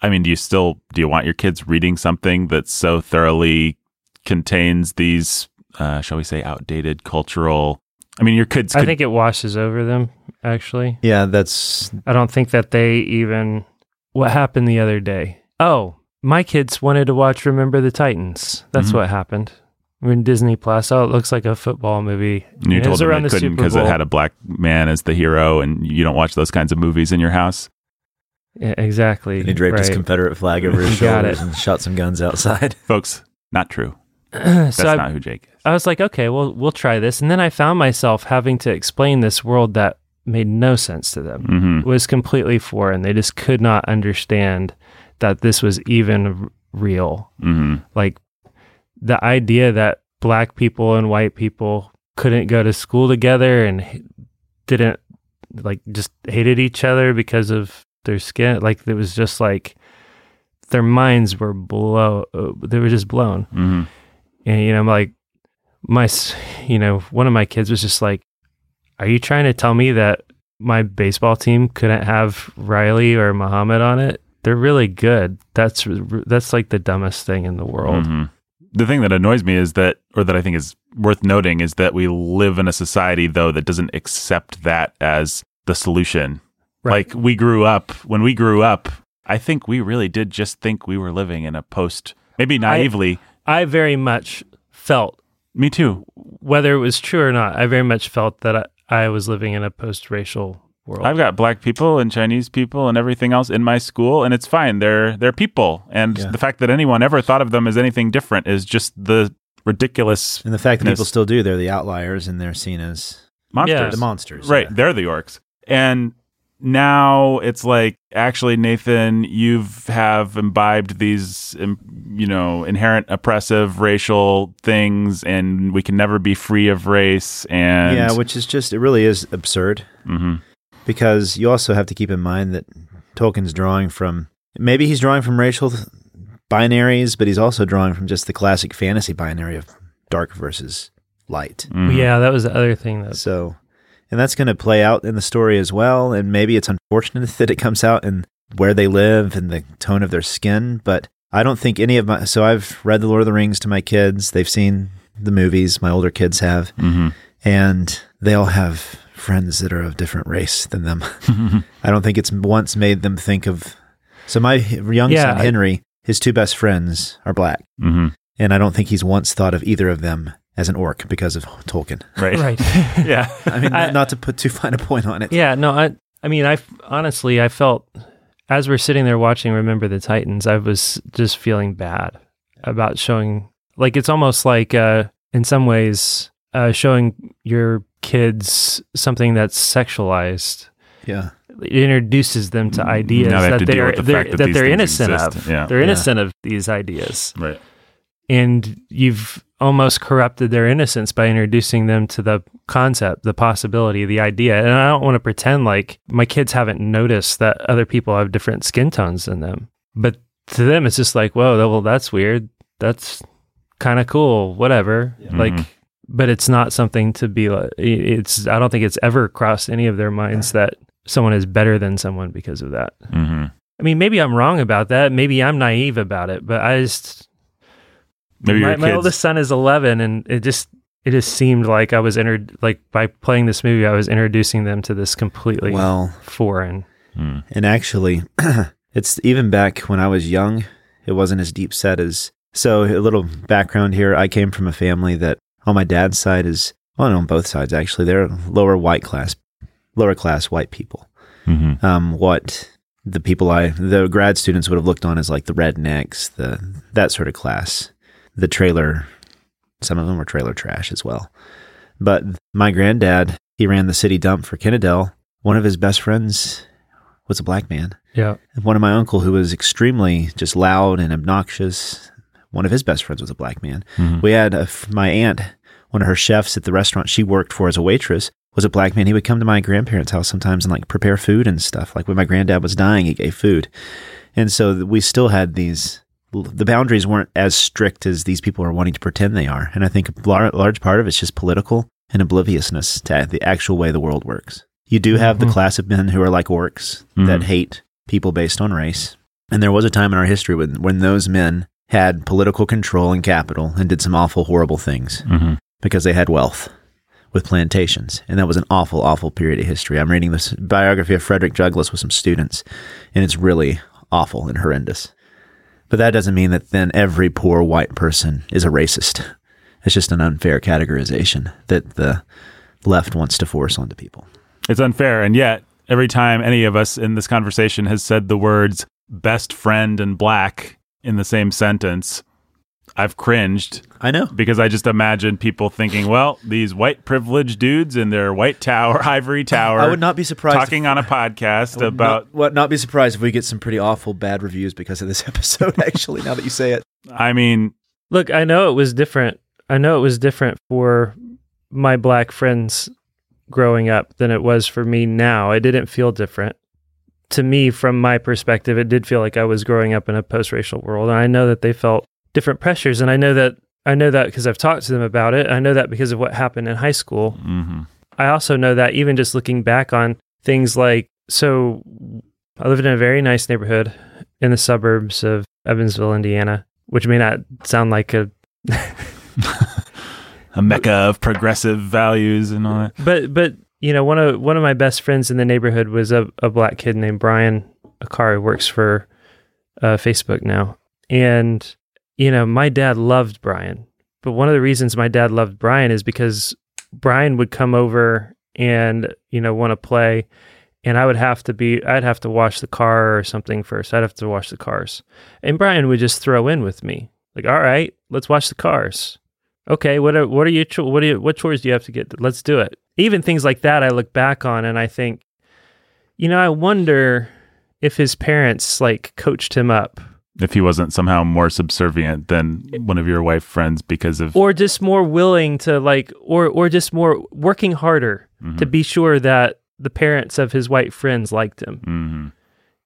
S1: I mean, do you still do you want your kids reading something that so thoroughly contains these, uh, shall we say, outdated cultural? I mean, your kids. Could,
S3: I think it washes over them actually.
S2: yeah that's
S3: I don't think that they even. What happened the other day? Oh, my kids wanted to watch Remember the Titans. That's
S1: Mhm.
S3: what happened. We're in Disney Plus. Oh, it looks like a football movie.
S1: you
S3: It
S1: told
S3: was
S1: them
S3: around
S1: it
S3: the
S1: couldn't
S3: Super
S1: because it
S3: Bowl.
S1: had a black man as the hero, and you don't watch those kinds of movies in your house.
S3: Yeah, E, exactly.
S2: and he draped his
S3: Right.
S2: confederate flag over his
S3: You got
S2: shoulders
S3: it.
S2: and shot some guns outside
S1: Folks, not true. That's
S3: so I,
S1: not who Jake is.
S3: I was like, okay, well, we'll try this. And then I found myself having to explain this world that made no sense to them.
S1: hmm
S3: was completely foreign. They just could not understand that this was even r- real.
S1: hmm
S3: like the idea that black people and white people couldn't go to school together and h- didn't like just hated each other because of their skin like it was just like their minds were blow uh, they were just blown
S1: hmm
S3: and you know like my s- you know one of my kids was just like are you trying to tell me that my baseball team couldn't have Riley or Muhammad on it they're really good that's r- that's like the dumbest thing in the world
S1: Mhm. The thing that annoys me is that, or that I think is worth noting, is that we live in a society, though, that doesn't accept that as the solution.
S3: Right.
S1: Like we grew up, when we grew up, I think we really did just think we were living in a post, maybe naively.
S3: I very much felt,
S1: me too.
S3: whether it was true or not, I very much felt that I, I was living in a post racial world.
S1: I've got black people and Chinese people and everything else in my school, and it's fine. They're they're people, and
S2: Yeah.
S1: the fact that anyone ever thought of them as anything different is just the ridiculous
S2: and the fact that people
S1: Yes.
S2: still do they're the outliers and they're seen as
S1: monsters.
S3: Yeah.
S2: the monsters
S1: Right.
S2: yeah.
S1: They're the orcs. And now it's like, actually, Nathan, you've have imbibed these, um, you know, inherent oppressive racial things, and we can never be free of race. And
S2: yeah which is just it really is absurd
S1: Mhm.
S2: because you also have to keep in mind that tolkien's drawing from maybe he's drawing from racial th- binaries but he's also drawing from just the classic fantasy binary of dark versus light
S1: Mhm.
S3: Yeah, that was the other thing that
S2: so and that's going to play out in the story as well and maybe it's unfortunate that it comes out in where they live and the tone of their skin but i don't think any of my so i've read the lord of the rings to my kids they've seen the movies my older kids have
S1: Mhm.
S2: and they all have friends that are of different race than them. I don't think it's once made them think of. So my h- young
S3: Yeah,
S2: son
S3: I-
S2: Henry, his two best friends are black,
S1: Mhm.
S2: and I don't think he's once thought of either of them as an orc because of Tolkien.
S1: right?
S3: Right.
S1: Yeah.
S2: I mean,
S3: I-
S2: not to put too fine a point on it.
S3: yeah. No. I. I mean, I honestly, I felt as we're sitting there watching Remember the Titans, I was just feeling bad about showing. Like it's almost like, uh, in some ways, uh, showing your kids something that's sexualized.
S2: Yeah.
S3: It introduces them to ideas
S1: Now they have
S3: that
S1: to deal
S3: they're,
S1: with the
S3: they're
S1: fact that
S3: that,
S1: these
S3: they're
S1: things
S3: innocent
S1: exist.
S3: of.
S1: Yeah.
S3: They're
S2: Yeah.
S3: innocent of these ideas.
S1: Right.
S3: and you've almost corrupted their innocence by introducing them to the concept, the possibility, the idea. And I don't want to pretend like my kids haven't noticed that other people have different skin tones than them. But to them, it's just like, whoa, well, that's weird. That's kind of cool. Whatever. Like,
S1: Mhm.
S3: but it's not something to be like, it's, I don't think it's ever crossed any of their minds that someone is better than someone because of that.
S1: hmm
S3: I mean, maybe I'm wrong about that. Maybe I'm naive about it, but I just,
S1: Maybe
S3: my,
S1: your
S3: my
S1: kids-
S3: oldest son is 11 and it just it just seemed like i was entered like by playing this movie i was introducing them to this completely
S2: Well,
S3: foreign
S1: Mm.
S2: and actually, it's even back when I was young, it wasn't as deep set as. So, a little background here I came from a family that on my dad's side is, well, on both sides actually, they're lower white class, lower class white people.
S1: Mhm.
S2: um, what the people I the grad students would have looked on as like the rednecks, the that sort of class, the trailer. Some of them were trailer trash as well. But my granddad, he ran the city dump for Kennedale. One of his best friends was a black man.
S3: yeah
S2: One of my uncle, who was extremely just loud and obnoxious, one of his best friends was a black man.
S1: Mhm.
S2: We had a f my aunt, one of her chefs at the restaurant she worked for as a waitress, was a black man. He would come to my grandparents' house sometimes and like prepare food and stuff. Like when my granddad was dying, he gave food. And so th- we still had these, l- the boundaries weren't as strict as these people are wanting to pretend they are. And I think a lar- large part of it's just political and obliviousness to the actual way the world works. You do have
S3: Mhm.
S2: the class of men who are like orcs that
S1: Mhm.
S2: hate people based on race. And there was a time in our history when, when those men had political control and capital and did some awful, horrible things
S1: Mhm.
S2: because they had wealth with plantations. And that was an awful, awful period of history. I'm reading this biography of Frederick Douglass with some students, and it's really awful and horrendous. But that doesn't mean that then every poor white person is a racist. It's just an unfair categorization that the left wants to force onto people.
S1: It's unfair, and yet every time any of us in this conversation has said the words "best friend" and "black" in the same sentence, I've cringed
S2: I know.
S1: because I just imagine people thinking, "Well, these white privileged dudes in their white tower, ivory tower."
S2: I would not be surprised. if-
S1: talking on a podcast
S2: would
S1: about
S2: not, what not be surprised if we get some pretty awful bad reviews because of this episode actually now that you say it
S1: I mean,
S3: look i know it was different i know it was different for my black friends growing up than it was for me now it didn't feel different to me from my perspective it did feel like i was growing up in a post-racial world and i know that they felt different pressures and i know that i know that because i've talked to them about it i know that because of what happened in high school
S1: mhm.
S3: I also know that even just looking back on things like so I lived in a very nice neighborhood in the suburbs of Evansville, Indiana, which may not sound like a
S1: a mecca of progressive values and all that.
S3: but but you know, one of one of my best friends in the neighborhood was a, a black kid named Brian Akari who works for uh, Facebook now. And you know, my dad loved Brian. But one of the reasons my dad loved Brian is because Brian would come over and, you know, want to play and I would have to be I'd have to wash the car or something first. I'd have to wash the cars. And Brian would just throw in with me. Like, "All right, let's wash the cars." Okay, what are what are you what do you what chores do you have to get? Let's do it. Even things like that I look back on and I think you know, I wonder if his parents like coached him up
S1: If he wasn't somehow more subservient than one of your wife friends because of
S3: or just more willing to like or or just more working harder to be sure that the parents of his white friends liked him.
S1: hmm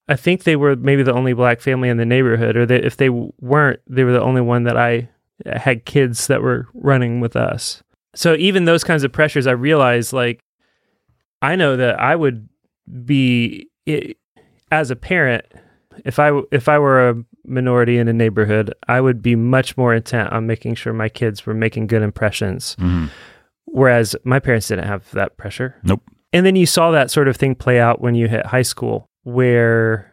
S3: I think they were maybe the only black family in the neighborhood, or they, if they weren't, they were the only one that I uh, had kids that were running with us. So even those kinds of pressures, I realized like I know that I would be i as a parent if I w- if I were a minority in a neighborhood, I would be much more intent on making sure my kids were making good impressions.
S1: hmm
S3: Whereas my parents didn't have that pressure.
S1: Nope.
S3: And then you saw that sort of thing play out when you hit high school, where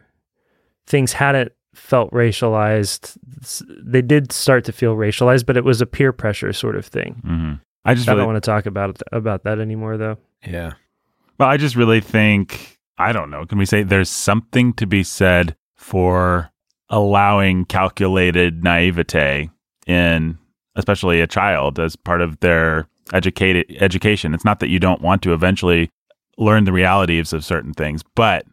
S3: things hadn't felt racialized. S- They did start to feel racialized, but it was a peer pressure sort of thing.
S1: hmm I just
S3: I
S1: really,
S3: don't want to talk about about that anymore, though.
S2: Yeah.
S1: well, I just really think I don't know. Can we say there's something to be said for allowing calculated naivete in, especially a child, as part of their educated education? It's not that you don't want to eventually learn the realities of certain things, but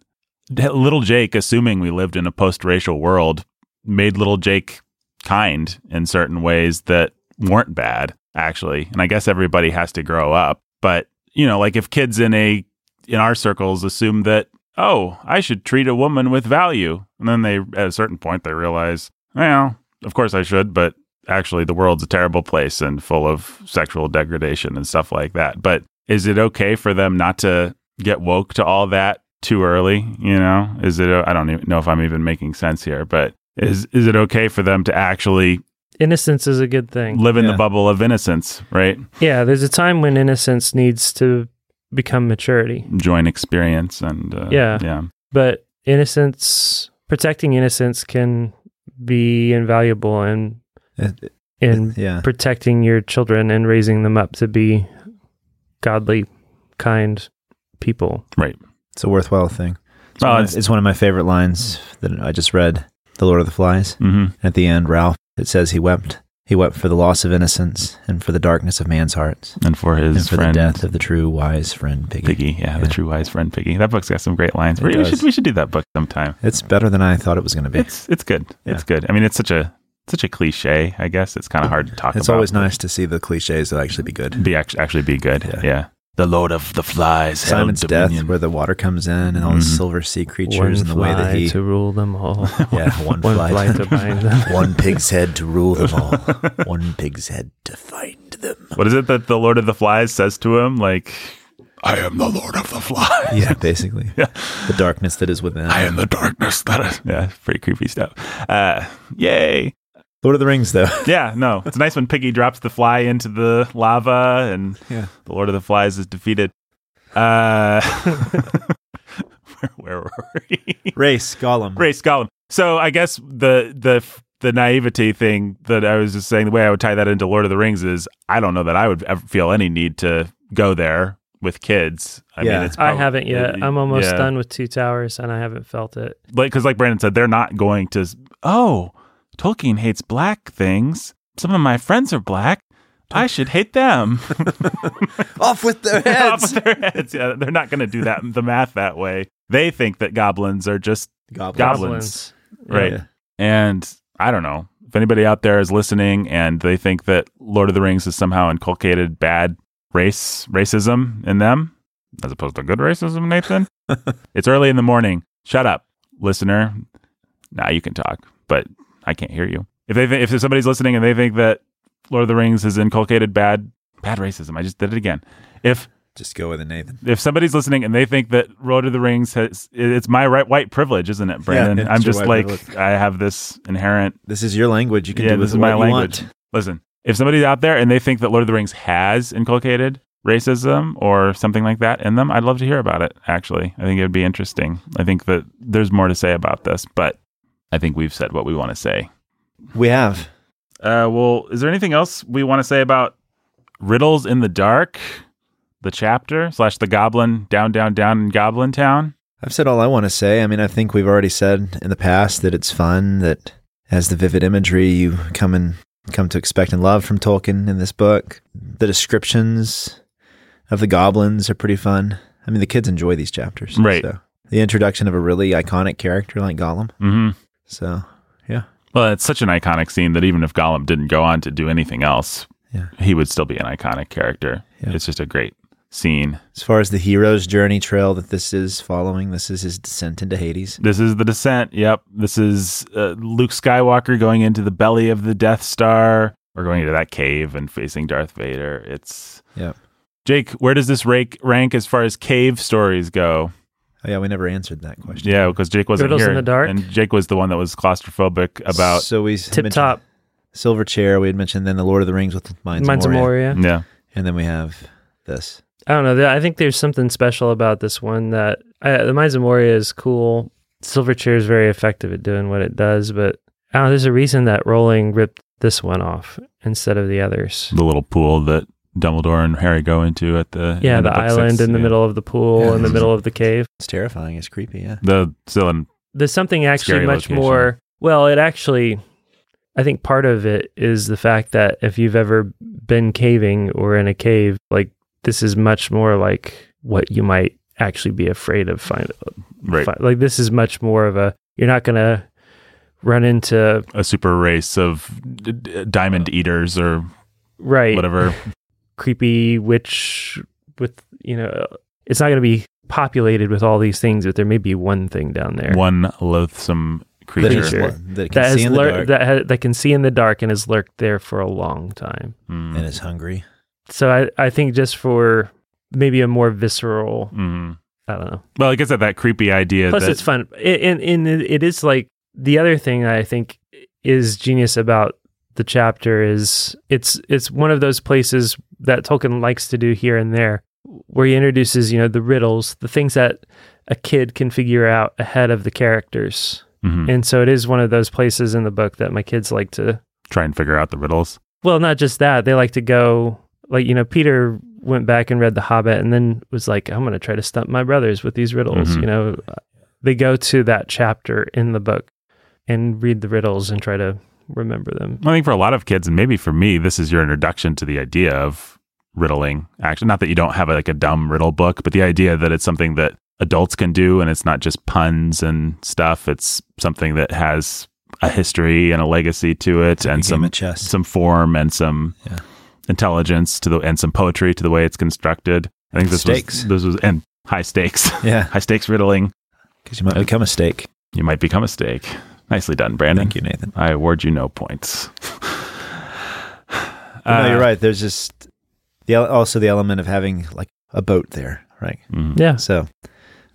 S1: that little Jake, assuming we lived in a post-racial world, made little Jake kind in certain ways that weren't bad actually and i guess everybody has to grow up but you know like if kids in a in our circles assume that oh i should treat a woman with value and then they at a certain point they realize well of course i should but actually the world's a terrible place and full of sexual degradation and stuff like that but is it okay for them not to get woke to all that too early you know is it i don't even know if i'm even making sense here but is is it okay for them to actually
S3: Innocence is a good thing.
S1: live in
S2: Yeah.
S1: the bubble of innocence, right?
S3: Yeah, there's a time when innocence needs to become maturity.
S1: Join experience and uh,
S3: Yeah.
S1: yeah,
S3: But innocence, protecting innocence can be invaluable in
S2: It-
S3: in
S2: yeah.
S3: protecting your children and raising them up to be godly, kind people.
S2: It's a worthwhile thing. It's,
S1: Well,
S2: one of-
S1: it's-
S2: it's one of my favorite lines that I just read The Lord of the Flies.
S1: hmm
S2: At the end, Ralph, it says he wept. He wept for the loss of innocence and for the darkness of man's hearts
S1: and for his
S2: and for
S1: friend
S2: the death of the true wise friend Piggy.
S1: Piggy, yeah, the
S2: Yeah.
S1: true wise friend Piggy. That book's got some great lines.
S2: It
S1: We, we should
S2: does.
S1: we should do that book sometime.
S2: It's better than I thought it was going to be. It's,
S1: It's it's good. It's good. I mean, it's such a such a cliche. I guess it's kind of hard to talk. about,
S2: always
S1: but
S2: nice to see the cliches that actually be good.
S1: Be act- actually be good. Yeah.
S2: Yeah.
S1: The Lord of the Flies. held
S2: Simon's death,
S1: dominion.
S2: where the water comes in and all the
S1: Mhm.
S2: silver sea creatures
S3: One
S2: and the way that
S3: fly
S2: he.
S3: to rule them all.
S2: yeah, one,
S3: One
S2: fly,
S3: fly to bind them.
S2: one pig's head to rule them all. One pig's head to find them.
S1: What is it that the Lord of the Flies says to him? Like, I am the Lord of the Flies.
S2: Yeah, basically.
S1: Yeah.
S2: The darkness that is within.
S1: I am the darkness that is. Yeah, pretty creepy stuff. Uh, yay.
S2: Lord of the Rings, though.
S1: Yeah, no, it's nice when Piggy drops the fly into the lava and
S2: Yeah.
S1: the Lord of the Flies is defeated. Uh, where, where were we?
S2: Race, Gollum.
S1: Race Gollum. So I guess the the the naivety thing that I was just saying, the way I would tie that into Lord of the Rings is I don't know that I would ever feel any need to go there with kids. I
S2: Yeah.
S1: mean, it's
S3: I
S1: prob-
S3: haven't yet.
S1: it-
S3: I'm almost
S1: yeah.
S3: done with Two Towers and I haven't felt it.
S1: like because like Brandon said, they're not going to. s- Oh, Tolkien hates black things. Some of my friends are black. I should hate them.
S2: Off with their
S1: Off with
S2: heads.
S1: their heads. Yeah, they're not going to do that. The math that way. They think that goblins are just
S2: Goblins.
S1: Goblins. right.
S2: Yeah.
S1: And I don't know if anybody out there is listening and they think that Lord of the Rings has somehow inculcated bad race racism in them, as opposed to good racism, Nathan. it's early in the morning. Shut up, listener. Now you can talk, but I can't hear you. If they th- if somebody's listening and they think that Lord of the Rings has inculcated bad bad racism, I just did it again. If
S2: Just go with it, Nathan.
S1: if somebody's listening and they think that Lord of the Rings has it's my right white privilege, isn't it, Brandon?
S2: it's
S1: I'm
S2: your
S1: just
S2: white
S1: like
S2: privilege.
S1: I have this inherent
S2: This is your language. You can
S1: Yeah,
S2: do with
S1: this is
S2: what
S1: my
S2: you
S1: language.
S2: want.
S1: listen. If somebody's out there and they think that Lord of the Rings has inculcated racism or something like that in them, I'd love to hear about it. Actually, I think it would be interesting. I think that there's more to say about this, but I think we've said what we want to say.
S2: We have.
S1: Uh, well, is there anything else we want to say about riddles in the dark, the chapter slash the goblin down, down, down in Goblin Town?
S2: I've said all I want to say. I mean, I think we've already said in the past that it's fun that as the vivid imagery you come and come to expect and love from Tolkien in this book, the descriptions of the goblins are pretty fun. I mean, the kids enjoy these chapters.
S1: Right.
S2: So. The introduction of a really iconic character like Gollum.
S1: Mm-hmm.
S2: So,
S1: Well, it's such an iconic scene that even if Gollum didn't go on to do anything else,
S2: Yeah.
S1: he would still be an iconic character.
S2: Yeah.
S1: It's just a great scene.
S2: as far as the hero's journey trail that this is following, this is his descent into Hades.
S1: This is the descent. Yep. This is uh, Luke Skywalker going into the belly of the Death Star or going into that cave and facing Darth Vader. It's
S2: Yep.
S1: Jake, where does this rank rank as far as cave stories go?
S2: Oh, yeah, we never answered that question.
S1: Yeah, because Jake wasn't
S3: Riddles in
S1: here,
S3: the dark?
S1: and Jake was the one that was claustrophobic about.
S2: so we
S3: Tip top.
S2: Silver Chair. We had mentioned then the Lord of the Rings with Mines,
S3: Mine's
S2: of Moria.
S3: Moria.
S1: Yeah,
S2: and then we have this.
S3: I don't know. I think there's something special about this one that I, the Mines of Moria uh, is cool. Silverchair is very effective at doing what it does, but I don't know, there's a reason that Rowling ripped this one off instead of the others.
S1: The little pool that Dumbledore and Harry go into at the
S3: Yeah,
S1: end
S3: the
S1: of book
S3: island
S1: six.
S3: in the
S1: Yeah.
S3: middle of the pool,
S2: Yeah.
S3: in the middle of the cave.
S2: It's terrifying. It's creepy. Yeah.
S1: The still in
S3: There's something actually
S1: Scary
S3: much
S1: location.
S3: more. Well, it actually, I think part of it is the fact that if you've ever been caving or in a cave, like this is much more like what you might actually be afraid of find
S1: right
S3: fi- like this is much more of a you're not gonna run into
S1: a super race of d- d- diamond eaters or
S3: right
S1: whatever.
S3: creepy witch with you know it's not going to be populated with all these things but there may be one thing down there
S1: One loathsome
S2: That,
S1: creature.
S2: is
S3: Creature.
S2: one that it can
S3: that
S2: see
S3: has
S2: in the
S3: lur-
S2: dark
S3: that ha- that can see in the dark and has lurked there for a long time
S1: Mm.
S2: and is hungry.
S3: so i i think just for maybe a more visceral
S1: Mm.
S3: i don't know
S1: Well, I guess that that creepy idea.
S3: plus
S1: that,
S3: it's fun it, and, and it it is like the other thing that i think is genius about the chapter is it's it's one of those places that tolkien likes to do here and there where he introduces you know the riddles the things that a kid can figure out ahead of the characters
S2: Hmm.
S1: Mhm.
S3: and so it is one of those places in the book that my kids like to
S1: Try and figure out the riddles.
S3: well, not just that. They like to go like you know, Peter went back and read The Hobbit, and then was like, "I'm going to try to stump my brothers with these riddles."
S1: Mhm.
S3: You know, they go to that chapter in the book and read the riddles and try to remember them.
S1: I think for a lot of kids, and maybe for me, this is your introduction to the idea of riddling. Actually, not that you don't have like a dumb riddle book, but the idea that it's something that adults can do, and it's not just puns and stuff. It's something that has a history and a legacy to it, and
S2: And some
S1: some
S2: at chess.
S1: some form and some
S2: Yeah.
S1: intelligence to the and some poetry to the way it's constructed. I think this
S2: Stakes.
S1: was this was and high stakes,
S2: yeah,
S1: high stakes riddling.
S2: because you might become a steak.
S1: You might become a stake. Nicely done, Brandon.
S2: Thank you, Nathan.
S1: I award you no points.
S2: But
S1: Uh,
S2: Oh, no, you're right. There's just the el- also the element of having like a boat there, right?
S1: mhm.
S3: Yeah,
S2: So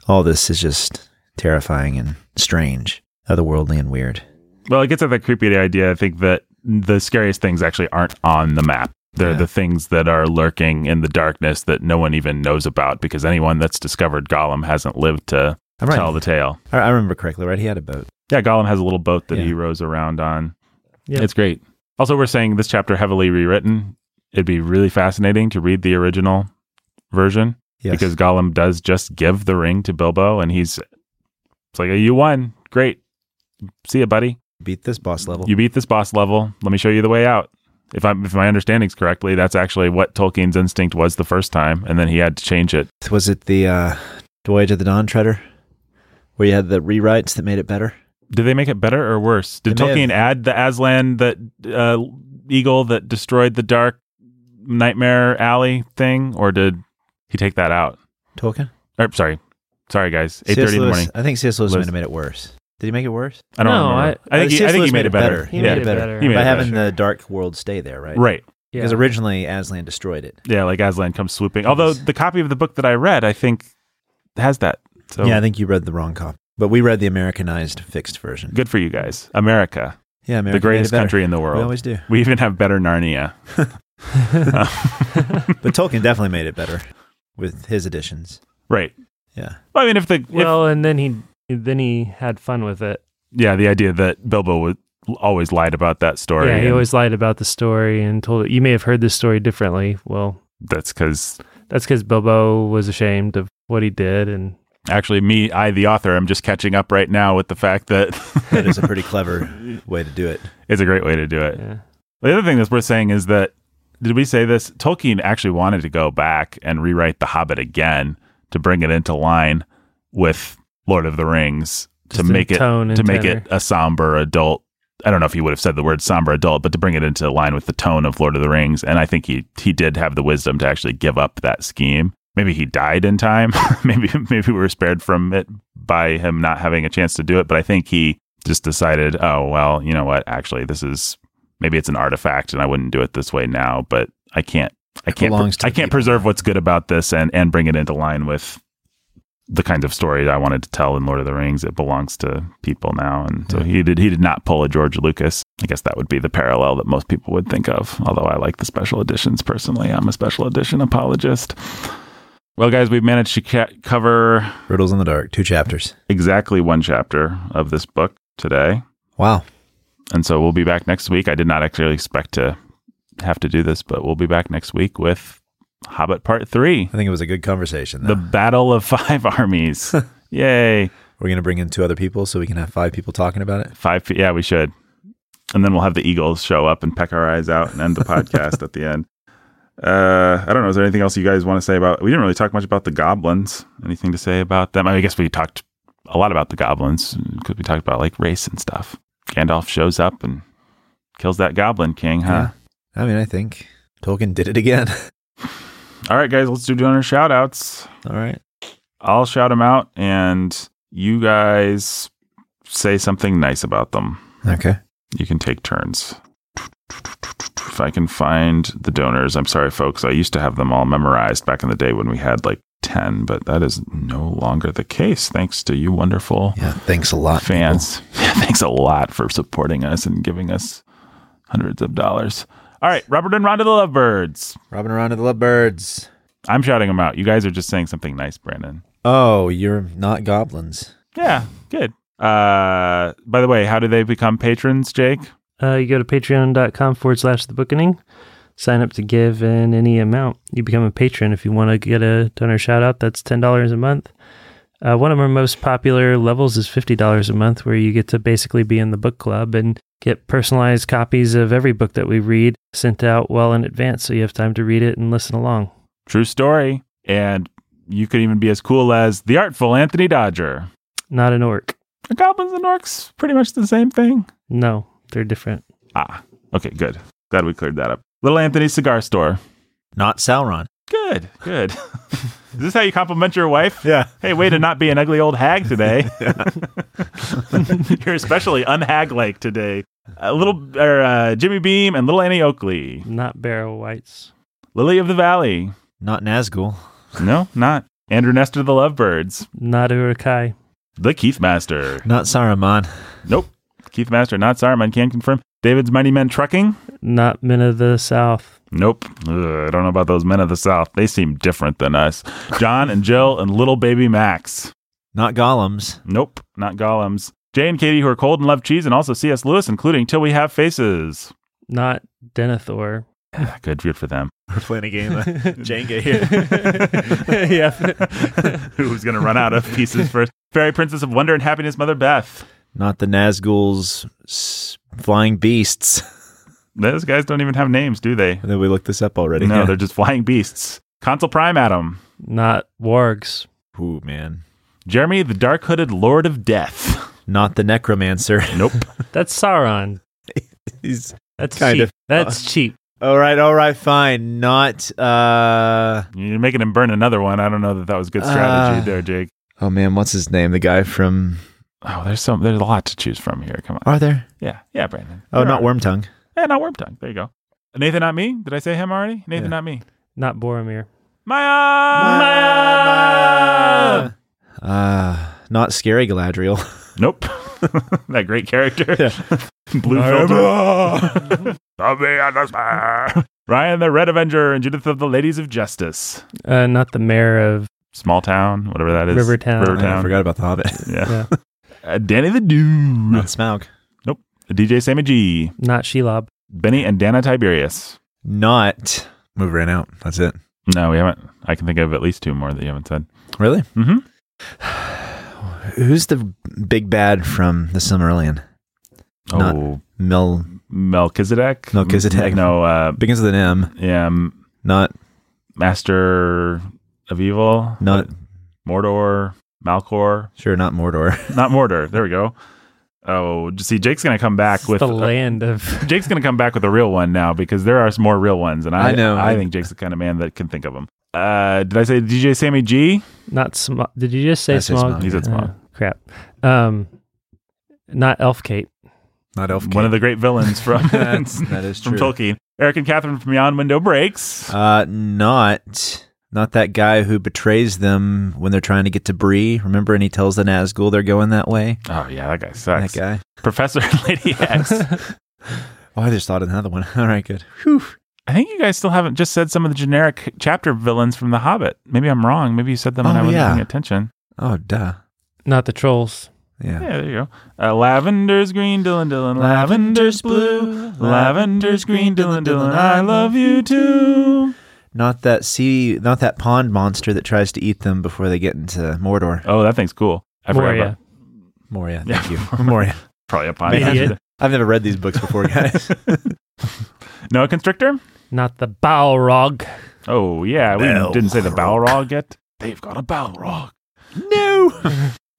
S2: all this is just terrifying and strange, otherworldly and weird.
S1: Well, it gets at that creepy idea. I think that the scariest things actually aren't on the map. They're
S2: Yeah.
S1: the things that are lurking in the darkness that no one even knows about because anyone that's discovered Gollum hasn't lived to
S2: I'm right.
S1: tell the tale.
S2: I I remember correctly, right? He had a boat.
S1: Yeah, Gollum has a little boat that
S2: Yeah.
S1: he rows around on.
S3: Yeah.
S1: It's great. Also, we're saying this chapter heavily rewritten. It'd be really fascinating to read the original version
S2: Yes.
S1: because Gollum does just give the ring to Bilbo and he's it's like, you won. Great. See ya, buddy.
S2: beat this boss level.
S1: You beat this boss level. Let me show you the way out. If I'm if my understanding's correctly, that's actually what Tolkien's instinct was the first time, and then he had to change it.
S2: Was it the uh, Voyage of the Dawn Treader, where you had the rewrites that made it better?
S1: Did they make it better or worse? Did
S2: They may
S1: Tolkien add the Aslan that uh, eagle that destroyed the dark nightmare alley thing, or did he take that out?
S2: Tolkien.
S1: Or, sorry, sorry guys, eight
S2: C.S.
S1: thirty in the
S2: Lewis-
S1: morning.
S2: I think C.S. Lewis
S1: Lewis-
S2: might have made it worse. Did he make it worse?
S1: I don't
S3: No,
S1: remember.
S3: I-
S1: I, think,
S2: Uh,
S1: he, I
S2: C.S.
S1: think
S2: Lewis
S1: he made it better.
S3: He
S2: Yeah.
S3: made
S2: Yeah,
S3: it
S2: better.
S3: better.
S1: He made
S2: By
S1: it
S2: having
S3: better.
S2: the dark world stay there, right?
S1: Right.
S3: Yeah.
S2: Because originally Aslan destroyed it.
S1: Yeah, like Aslan comes swooping. Although the copy of the book that I read, I think has that. So
S2: Yeah, I think you read the wrong copy, but we read the Americanized fixed version.
S1: good for you guys. America.
S2: Yeah, America
S1: the greatest
S2: made it better.
S1: country in the
S2: We
S1: world.
S2: always do.
S1: We even have better Narnia.
S2: But Tolkien definitely made it better with his additions.
S1: right.
S2: Yeah.
S1: Well, I mean, if the if-
S3: well, and then he then he had fun with it.
S1: yeah, the idea that Bilbo would always lied about that story.
S3: Yeah, he
S1: and
S3: always lied about the story and told it. You may have heard this story differently. Well,
S1: That's because
S3: that's because Bilbo was ashamed of what he did and
S1: actually, me, I, the author, I'm just catching up right now with the fact that
S2: That is a pretty clever way to do it.
S1: it's a great way to do it.
S3: yeah.
S1: The other thing that's worth saying is that did we say this? Tolkien actually wanted to go back and rewrite The Hobbit again to bring it into line with Lord of the Rings to
S3: Just in
S1: make it
S3: tone and
S1: to make
S3: tenor.
S1: it a somber adult. I don't know if he would have said the word somber adult, but to bring it into line with the tone of Lord of the Rings, and I think he he did have the wisdom to actually give up that scheme. Maybe he died in time. maybe maybe we were spared from it by him not having a chance to do it. But I think he just decided, oh well, you know what? Actually, this is maybe it's an artifact, and I wouldn't do it this way now. But I can't, I can't,
S2: belongs to
S1: I
S2: the
S1: can't
S2: people.
S1: preserve what's good about this and and bring it into line with the kinds of stories I wanted to tell in Lord of the Rings. It belongs to people now, and so
S2: Yeah.
S1: he did. He did not pull a George Lucas. I guess that would be the parallel that most people would think of. Although I like the special editions personally, I'm a special edition apologist. Well, guys, we've managed to ca- cover
S2: Riddles in the Dark, two chapters.
S1: exactly one chapter of this book today.
S2: Wow.
S1: And so we'll be back next week. I did not actually expect to have to do this, but we'll be back next week with Hobbit Part 3
S2: I think it was a good conversation.
S1: The
S2: Though.
S1: Battle of Five Armies. Yay.
S2: We're going to bring in two other people so we can have five people talking about it.
S1: Five. Feet. Yeah, we should. And then we'll have the Eagles show up and peck our eyes out and end the podcast at the end. Uh, I don't know. Is there anything else you guys want to say about? We didn't really talk much about the goblins. Anything to say about them? I, mean, I guess we talked a lot about the goblins because we talked about like race and stuff. Gandalf shows up and kills that goblin king, huh?
S2: Yeah. I mean, I think Tolkien did it again.
S1: All right, guys, let's do donor shout outs.
S2: All right.
S1: I'll shout them out and you guys say something nice about them.
S2: Okay.
S1: You can take turns. If I can find the donors, I'm sorry, folks. I used to have them all memorized back in the day when we had like 10, but that is no longer the case thanks to you wonderful
S2: Yeah. Thanks a lot, people.
S1: fans. Yeah, thanks a lot for supporting us and giving us hundreds of dollars. All right, Robert and Rhonda the Lovebirds.
S2: Robin around to the lovebirds.
S1: I'm shouting them out. You guys are just saying something nice, Brandon.
S2: Oh, you're not goblins.
S1: Yeah, good. Uh, by the way, how do they become patrons, Jake?
S3: Uh, you go to patreon.com forward slash the bookening, sign up to give in any amount. You become a patron if you want to get a donor shout out. That's $10 a month. Uh, one of our most popular levels is $50 a month, where you get to basically be in the book club and get personalized copies of every book that we read sent out well in advance so you have time to read it and listen along.
S1: True story. And you could even be as cool as the artful Anthony Dodger.
S3: Not an orc.
S1: Are goblins and orcs pretty much the same thing?
S3: No, they're different.
S1: Ah, okay, good. Glad we cleared that up. Little Anthony's cigar store.
S2: Not Sauron.
S1: Good, good. Is this how you compliment your wife?
S2: Yeah.
S1: Hey, way to not be an ugly old hag today. You're especially unhag like today. A little or, uh, Jimmy Beam and Little Annie Oakley,
S3: Not barrel whites.
S1: Lily of the Valley.
S2: Not Nazgul.
S1: No, not. Andrew Nestor the Lovebirds.
S3: Not Urukai.
S1: The Keith Master.
S2: Not Saruman.
S1: Nope. Keith Master, not Saruman, can confirm. David's Mighty Men Trucking?
S3: Not Men of the South.
S1: Nope. Ugh, I don't know about those men of the South. They seem different than us. John and Jill and little baby Max.
S2: Not golems.
S1: Nope. Not golems. Jay and Katie, who are cold and love cheese, and also C.S. Lewis, including Till We Have Faces.
S3: Not Denethor.
S1: Good, good for them.
S2: We're playing a game uh, of Jenga
S3: yeah.
S1: Who's going to run out of pieces first? Fairy Princess of Wonder and Happiness, Mother Beth.
S2: Not the Nazgul's s- flying beasts.
S1: Those guys don't even have names, do they?
S2: Then we looked this up already.
S1: No, they're just flying beasts. Consul Prime Adam.
S3: Not wargs.
S2: Ooh, man.
S1: Jeremy, the dark hooded Lord of Death.
S2: Not the necromancer.
S1: Nope.
S3: That's Sauron.
S2: He's
S3: That's
S2: Kind
S3: cheap.
S2: of.
S3: That's cheap.
S2: all right, all right, fine. Not uh
S1: You're making him burn another one. I don't know that that was good strategy
S2: Uh.
S1: there, Jake.
S2: Oh man, what's his name? The guy from
S1: Oh, there's some. There's a lot to choose from here. Come on.
S2: Are there?
S1: Yeah, yeah, Brandon.
S2: Oh,
S1: There
S2: not
S1: are.
S2: Wormtongue.
S1: Yeah, not worm tongue. There you go. Nathan, not me. Did I say him already? Nathan,
S2: Yeah.
S1: not me.
S3: Not Boromir.
S1: Maya. Maya!
S2: Uh not scary Galadriel.
S1: Nope. that great character. Blue filter.
S2: Maya.
S1: Of the atmosphere. Ryan, the Red Avenger, and Judith of the Ladies of Justice.
S3: Uh, not the mayor of.
S1: Small town, whatever that is.
S3: Rivertown.
S1: Rivertown.
S2: I forgot about the Hobbit.
S1: Yeah.
S3: Yeah.
S1: Uh, Danny the Dude.
S2: not Smaug.
S1: DJ Sammy G.
S3: Not Shelob.
S1: Benny and Dana Tiberius.
S2: Not Move ran out. That's it.
S1: No, we haven't. I can think of at least two more that you haven't said.
S2: Really?
S1: Mm-hmm.
S2: Who's the big bad from the Silmarillion? Not-
S1: oh,
S2: Mel
S1: Melchizedek.
S2: Melchizedek.
S1: No, uh,
S2: begins with an M.
S1: yeah, M-
S2: Not
S1: Master of Evil.
S2: not
S1: Mordor. Malcor.
S2: sure, not Mordor.
S1: Not Mordor. There we go. Oh, j- see, Jake's gonna come back
S3: It's
S1: with uh,
S3: the land of.
S1: Jake's gonna come back with a real one now because there are some more real ones, and I,
S2: I know.
S1: I think Jake's the kind of man that can think of them. Uh, did I say DJ Sammy G?
S3: Not Smog. Did you just say
S2: I said
S3: Smog?
S2: Smog.
S1: He said Smog.
S3: Uh, crap. Um, not Elf Kate.
S2: Not Elf.
S1: One of the great villains from
S2: That's- that is
S1: from
S2: true.
S1: Tolkien. Eric and Catherine from Beyond Window Breaks.
S2: Uh, not not that guy who betrays them when they're trying to get to Bree. Remember, and he tells the Nazgul they're going that way.
S1: oh yeah, that guy sucks.
S2: That guy.
S1: Professor Lady X.
S2: Oh, I just thought of another one. All right, good.
S1: I think you guys still haven't just said some of the generic chapter villains from The Hobbit. Maybe I'm wrong. Maybe you said them and
S2: Oh,
S1: I wasn't
S2: yeah.
S1: paying attention.
S2: Oh, duh.
S3: Not the trolls.
S2: Yeah.
S1: Yeah, there you go. Uh, lavender's green, Dylan, Dylan. Lavender's blue. Lavender's green, Dylan, Dylan. I love you too.
S2: Not that sea, not that pond monster that tries to eat them before they get into Mordor.
S1: Oh, that thing's cool. I forgot
S3: Moria.
S1: about
S2: Moria,
S1: Yeah.
S2: thank you. Moria.
S1: probably a
S3: Idiot.
S1: pond.
S2: I've never read these books before, guys.
S1: No, a constrictor?
S3: Not the Balrog.
S1: Oh, yeah. We
S2: Balrog.
S1: didn't say the Balrog yet. They've got a Balrog.
S2: no,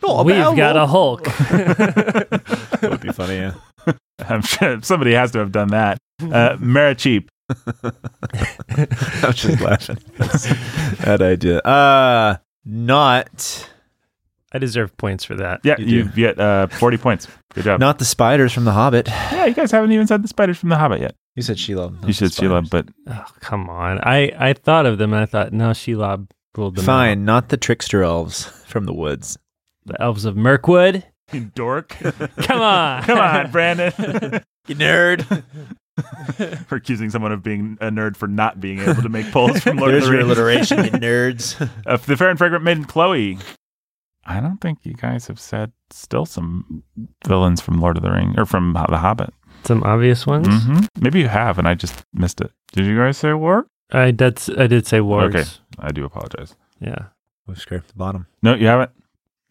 S2: not a
S3: We've
S2: Balrog.
S3: got a Hulk.
S2: That would be funny. Yeah.
S1: I'm sure somebody has to have done that. Uh, Maricheap.
S2: I was just laughing. that idea. Uh, not
S3: I deserve points for that.
S1: Yeah,
S2: You
S1: you, get uh, 40 points. Good job.
S2: not the spiders from The Hobbit.
S1: Yeah, you guys haven't even said the spiders from The Hobbit yet.
S2: You said Shelob. not
S1: You said
S2: the spiders.
S1: Sheila, but
S3: Oh, come on. I, I thought of them and I thought, no, Shelob ruled them. out.
S2: Fine, not the trickster elves from the woods.
S3: The elves of Mirkwood.
S1: dork.
S3: Come on.
S1: Come on, Brandon.
S2: You nerd.
S1: for accusing someone of being a nerd for not being able to make polls from Lord of
S2: There's
S1: the
S2: your
S1: Rings.
S2: alliteration, you nerds.
S1: Uh, the Fair and Fragrant Maiden Chloe. I don't think you guys have said still some villains from Lord of the Ring or from Ho- The Hobbit.
S3: Some obvious ones.
S1: hmm Maybe you have, and I just missed it. Did you guys say war?
S3: I did. I did say wargs.
S1: Okay. I do apologize.
S3: Yeah.
S2: We've scraped the bottom.
S1: No, you haven't.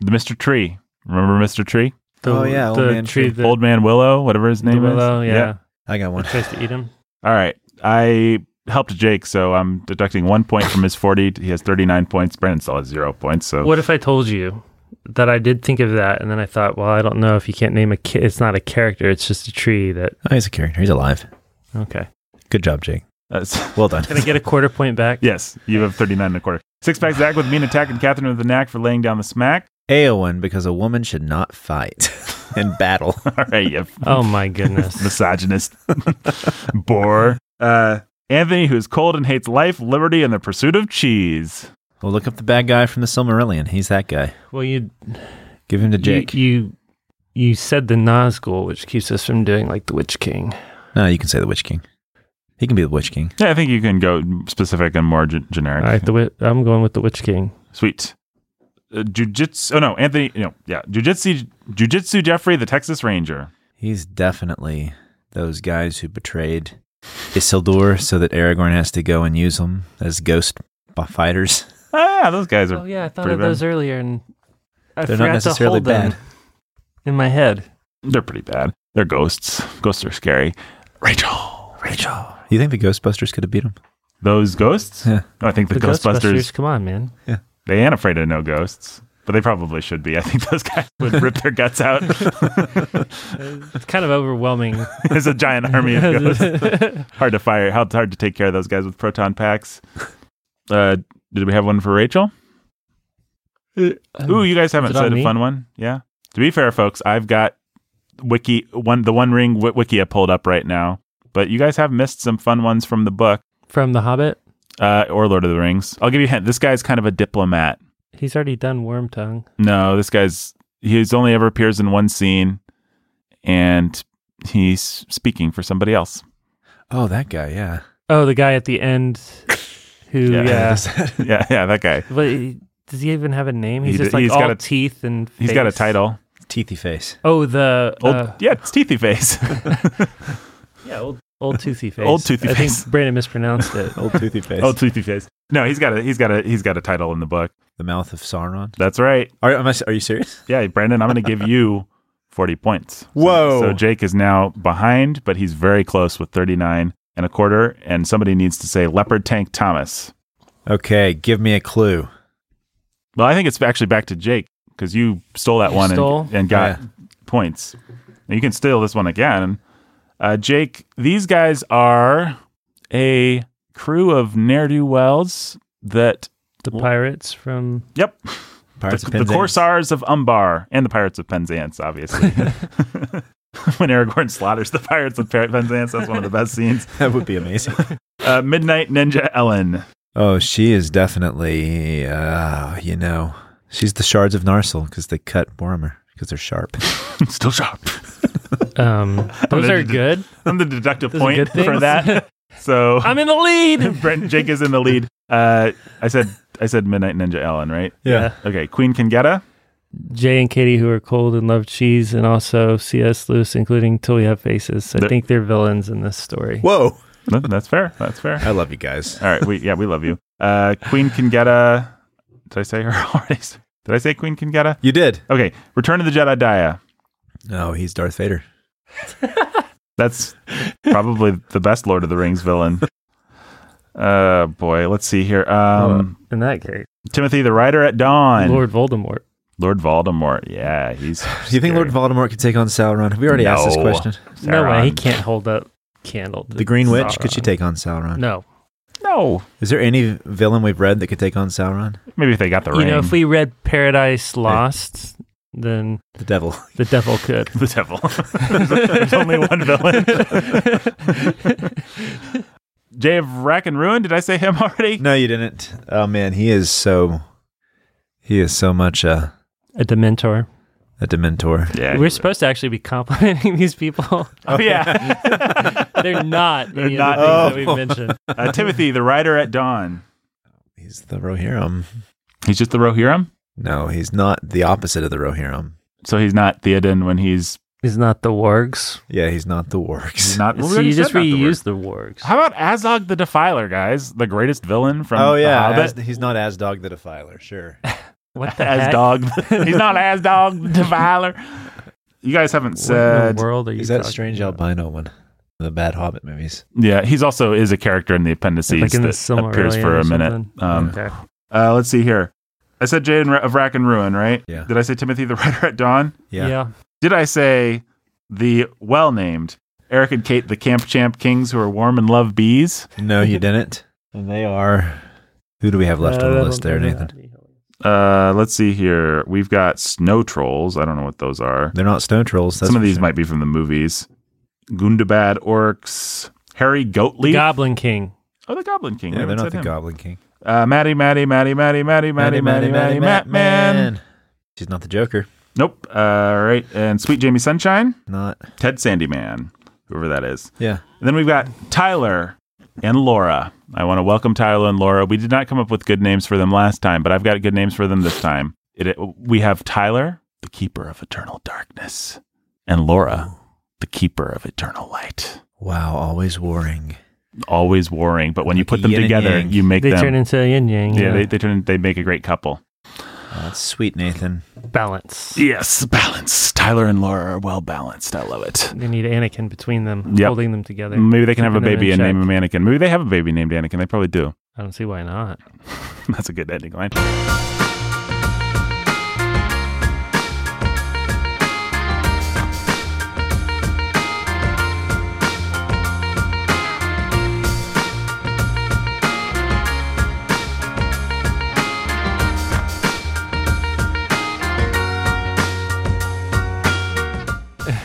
S1: The Mr. Tree. Remember Mr. Tree?
S2: Oh, yeah, old
S3: the
S2: man
S3: tree.
S2: tree.
S3: that-
S1: Old Man Willow, whatever his
S3: the
S1: name
S3: willow,
S1: is.
S3: Yeah.
S2: I got one.
S3: Tries to eat him.
S1: All right. I helped Jake, so I'm deducting one point from his 40. He has 39 points. Brandon still has zero points. So
S3: What if I told you that I did think of that, and then I thought, well, I don't know if you can't name a kid. It's not a character. It's just a tree that.
S2: Oh, he's a character. He's alive.
S3: Okay.
S2: Good job, Jake.
S1: that's-
S2: Well done.
S3: Can I get a quarter point back?
S1: yes, you have 39 and a quarter. Six pack Zach with mean attack and Catherine with the knack for laying down the smack.
S2: Eowyn, because a woman should not fight in battle.
S1: All right, you
S3: Oh my goodness.
S1: misogynist bore. Uh, Anthony, who's cold and hates life, liberty, and the pursuit of cheese.
S2: Well, look up the bad guy from the Silmarillion. He's that guy.
S3: well, you
S2: Give him to Jake.
S3: you you, you said the Nazgul, which keeps us from doing like the Witch King.
S2: no, you can say the Witch King. He can be the Witch King.
S1: Yeah, I think you can go specific and more gen- generic.
S3: All right, the wi- I'm going with the Witch King.
S1: Sweet. Uh, jujitsu. Oh no, Anthony. No, yeah, jujitsu. Jujitsu Jeffrey, the Texas Ranger.
S2: He's definitely those guys who betrayed Isildur so that Aragorn has to go and use them as ghost b- fighters.
S1: Ah, yeah, those guys are.
S3: Oh yeah, I thought
S1: pretty
S3: of
S1: bad.
S3: those earlier, and I
S2: They're
S3: forgot
S2: not necessarily
S3: to hold them
S2: bad.
S3: in my head.
S1: They're pretty bad. They're ghosts. Ghosts are scary. Rachel.
S2: Rachel. You think the Ghostbusters could have beat him?
S1: Those ghosts?
S2: Yeah.
S1: No, I think the,
S3: The
S1: Ghostbusters,
S3: Ghostbusters, come on, man.
S1: They ain't afraid of no ghosts, but they probably should be. I think those guys would rip their guts out.
S3: It's kind of overwhelming.
S1: There's a giant army of ghosts. Hard to fire. Hard, hard to take care of those guys with proton packs. Uh, did we have one for Rachel? Ooh, you guys haven't
S3: Um, is it on
S1: said a
S3: me?
S1: fun one. Yeah. To be fair, folks, I've got wiki one the One Ring w- wiki I pulled up right now, but you guys have missed some fun ones from the book
S3: From The Hobbit,
S1: uh, or Lord of the Rings. I'll give you a hint. This guy's kind of a diplomat.
S3: he's already done Worm Tongue.
S1: No, this guy's he's only ever appears in one scene, and he's speaking for somebody else.
S2: Oh, that guy, yeah.
S3: Oh, the guy at the end who,
S1: Yeah.
S3: yeah.
S1: yeah, yeah, that guy.
S3: But he- does he even have a name? He's
S1: He d-
S3: just like
S1: he's
S3: all
S1: got a-
S3: teeth and
S1: He's got a
S3: face.
S1: title.
S2: Teethy face.
S3: Oh, the
S1: Old,
S3: uh,
S1: yeah, it's Teethy Face.
S3: yeah, old, old toothy face.
S1: Old toothy
S3: I
S1: face.
S3: think Brandon mispronounced it.
S2: Old toothy face.
S1: Old Teethy Face. No, he's got a he's got a he's got a title in the book.
S2: the mouth of Sauron.
S1: That's right.
S2: Are, am I, are you serious?
S1: Yeah, Brandon, I'm going to give you 40 points. So-
S2: Whoa.
S1: So Jake is now behind, but he's very close with 39 and a quarter. And somebody needs to say Leopard Tank Thomas.
S2: Okay, give me a clue.
S1: Well, I think it's actually back to Jake because you stole that
S3: You
S1: one and-
S3: stole?
S1: And, got points. Now you can steal this one again. Uh, Jake, these guys are a crew of ne'er do wells that,
S3: The pirates from
S1: yep,
S2: Pirates
S1: the,
S2: of
S1: the
S2: Penzance.
S1: Corsairs of Umbar and the Pirates of Penzance, obviously. when Aragorn slaughters the Pirates of Par- Penzance, that's one of the best scenes.
S2: That would be amazing.
S1: Uh, Midnight Ninja Ellen.
S2: Oh, she is definitely, uh, you know, she's the shards of Narsil because they cut Boromir because they're sharp.
S1: Still sharp.
S3: um those
S1: gonna do-
S3: are um, good.
S1: I'm the deductive
S3: Those are
S1: point
S3: good
S1: for
S3: things.
S1: that. So
S3: I'm in the lead.
S1: Brent Jake is in the lead. Uh, I said I said Midnight Ninja Ellen, right?
S2: Yeah.
S1: Okay, Queen Kangetta.
S3: Jay and Katie, who are cold and love cheese, and also C.S. Lewis, including Till We Have Faces. I
S1: They're-
S3: think they're villains in this story.
S2: Whoa.
S1: No, That's fair. That's fair.
S2: I love you guys.
S1: All right. We yeah, we love you. Uh, Queen Kangetta. Did I say her already? Did I say Queen Kangetta?
S2: You did.
S1: Okay. Return of the Jedi Daya.
S2: Oh, he's Darth Vader.
S1: That's probably the best Lord of the Rings villain. Uh boy, let's see here. Um
S3: in that case,
S1: Timothy the Rider at Dawn. Lord,
S3: Lord Voldemort.
S1: Voldemort. Yeah, he's
S2: Do you think Lord Voldemort could take on Sauron? Have we already asked this
S1: No.
S2: question?
S3: No way, he
S1: Sauron.
S3: can't hold up candle. to
S2: The Green Witch, could she
S3: Sauron.
S2: take on Sauron?
S3: No,
S1: No.
S2: Is there any villain we've read that could take on Sauron?
S1: Maybe if they got the
S3: you
S1: ring.
S3: know, if we read Paradise Lost, then
S2: The devil.
S3: the devil could.
S1: the devil. There's only one villain. Jay of Rack and Ruin, did I say him already?
S2: No, you didn't. Oh man, he is so he is so much a
S3: A Dementor.
S2: a Dementor.
S1: Yeah.
S3: We're supposed to actually be complimenting these people.
S1: Oh, yeah.
S3: They're not.
S1: They're
S3: any
S1: not.
S3: Of the things
S2: Oh.
S3: that we've mentioned.
S1: Uh, Timothy, the rider at dawn.
S2: He's the Rohirrim.
S1: He's just the Rohirrim,
S2: No, he's not the opposite of the Rohirrim.
S1: so he's not Theoden when he's,
S3: He's not the wargs.
S2: Yeah, he's not the
S1: he's
S2: Wargs.
S1: not. well, we
S3: So
S1: already
S3: you just
S1: said not the
S3: reused
S1: worst.
S3: the wargs.
S1: How about Azog the Defiler, guys? The greatest villain from
S2: oh yeah,
S1: The Hobbit.
S2: as, he's not as Dog the Defiler. Sure.
S3: What the
S1: As
S3: heck?
S1: dog, he's not as dog the Defiler. You guys haven't
S3: What in
S1: said.
S3: the world are you
S2: Is that
S3: talking
S2: strange
S3: about?
S2: albino one? The bad Hobbit movies.
S1: Yeah, he's also is a character in the appendices
S3: Like in the
S1: that
S3: Silmarillion
S1: appears for
S3: or
S1: a minute.
S3: something?
S1: Um,
S3: okay.
S1: uh, let's see here. I said Jay and Ra- of Rack and Ruin, right?
S2: Yeah.
S1: Did I say Timothy the Rider at Dawn?
S3: Yeah.
S1: Did I say the well named Eric and Kate, the camp champ kings who are warm and love bees?
S2: No, you didn't. And they are. Who do we have left
S3: Uh,
S2: on
S3: I
S2: the
S3: don't
S2: list there,
S3: know.
S2: Nathan?
S1: Uh, let's see here. We've got snow trolls. I don't know what those are.
S2: They're not stone trolls. That's
S1: Some of
S2: for
S1: these
S2: sure.
S1: might be from the movies. Gundabad orcs. Harry Goatleaf.
S3: Goblin King.
S1: oh, the Goblin King. We
S2: Yeah,
S1: haven't
S2: they're not the
S1: said him.
S2: Goblin King.
S1: Uh, Maddie, Maddie, Maddie, Maddie, Maddie, Maddie, Maddie, Maddie, Matt Man.
S2: She's not the Joker.
S1: Nope. Uh, all right. And Sweet Jamie Sunshine.
S2: Not.
S1: Ted Sandy Man. Whoever that is.
S2: Yeah.
S1: And then we've got Tyler and Laura. I want to welcome Tyler and Laura. We did not come up with good names for them last time, but I've got good names for them this time. It, it- we have Tyler, the keeper of eternal darkness, and Laura, the keeper of eternal light.
S2: Wow. Always warring.
S1: Always warring, but when you
S2: Like
S1: put them
S2: yin and
S1: together,
S2: yang.
S1: you make
S3: They
S1: them.
S3: turn into yin yang.
S1: yeah, they, they turn. in- They make a great couple.
S2: Oh, that's sweet, Nathan.
S3: balance.
S1: Yes, balance. Tyler and Laura are well balanced. I love it.
S3: They need Anakin between them,
S1: Yep.
S3: holding them together.
S1: Maybe they can have a
S3: Keeping them
S1: baby
S3: in
S1: and
S3: check.
S1: name him Anakin. Maybe they have a baby named Anakin. They probably do.
S3: I don't see why not.
S1: That's a good ending line.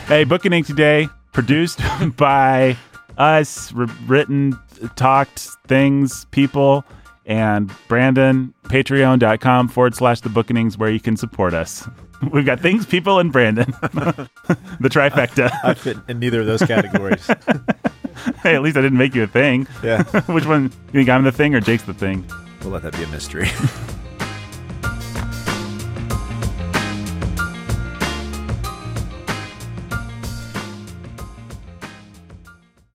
S1: Hey, Book and Ink today, produced by us, r- written, talked things, people, and Brandon, patreon.com forward slash the bookendings where you can support us. We've got things, people, and Brandon. the trifecta.
S2: I fit in neither of those categories.
S1: hey, at least I didn't make you a thing.
S2: yeah.
S1: Which one? You think I'm the thing or Jake's the thing?
S2: We'll let that be a mystery.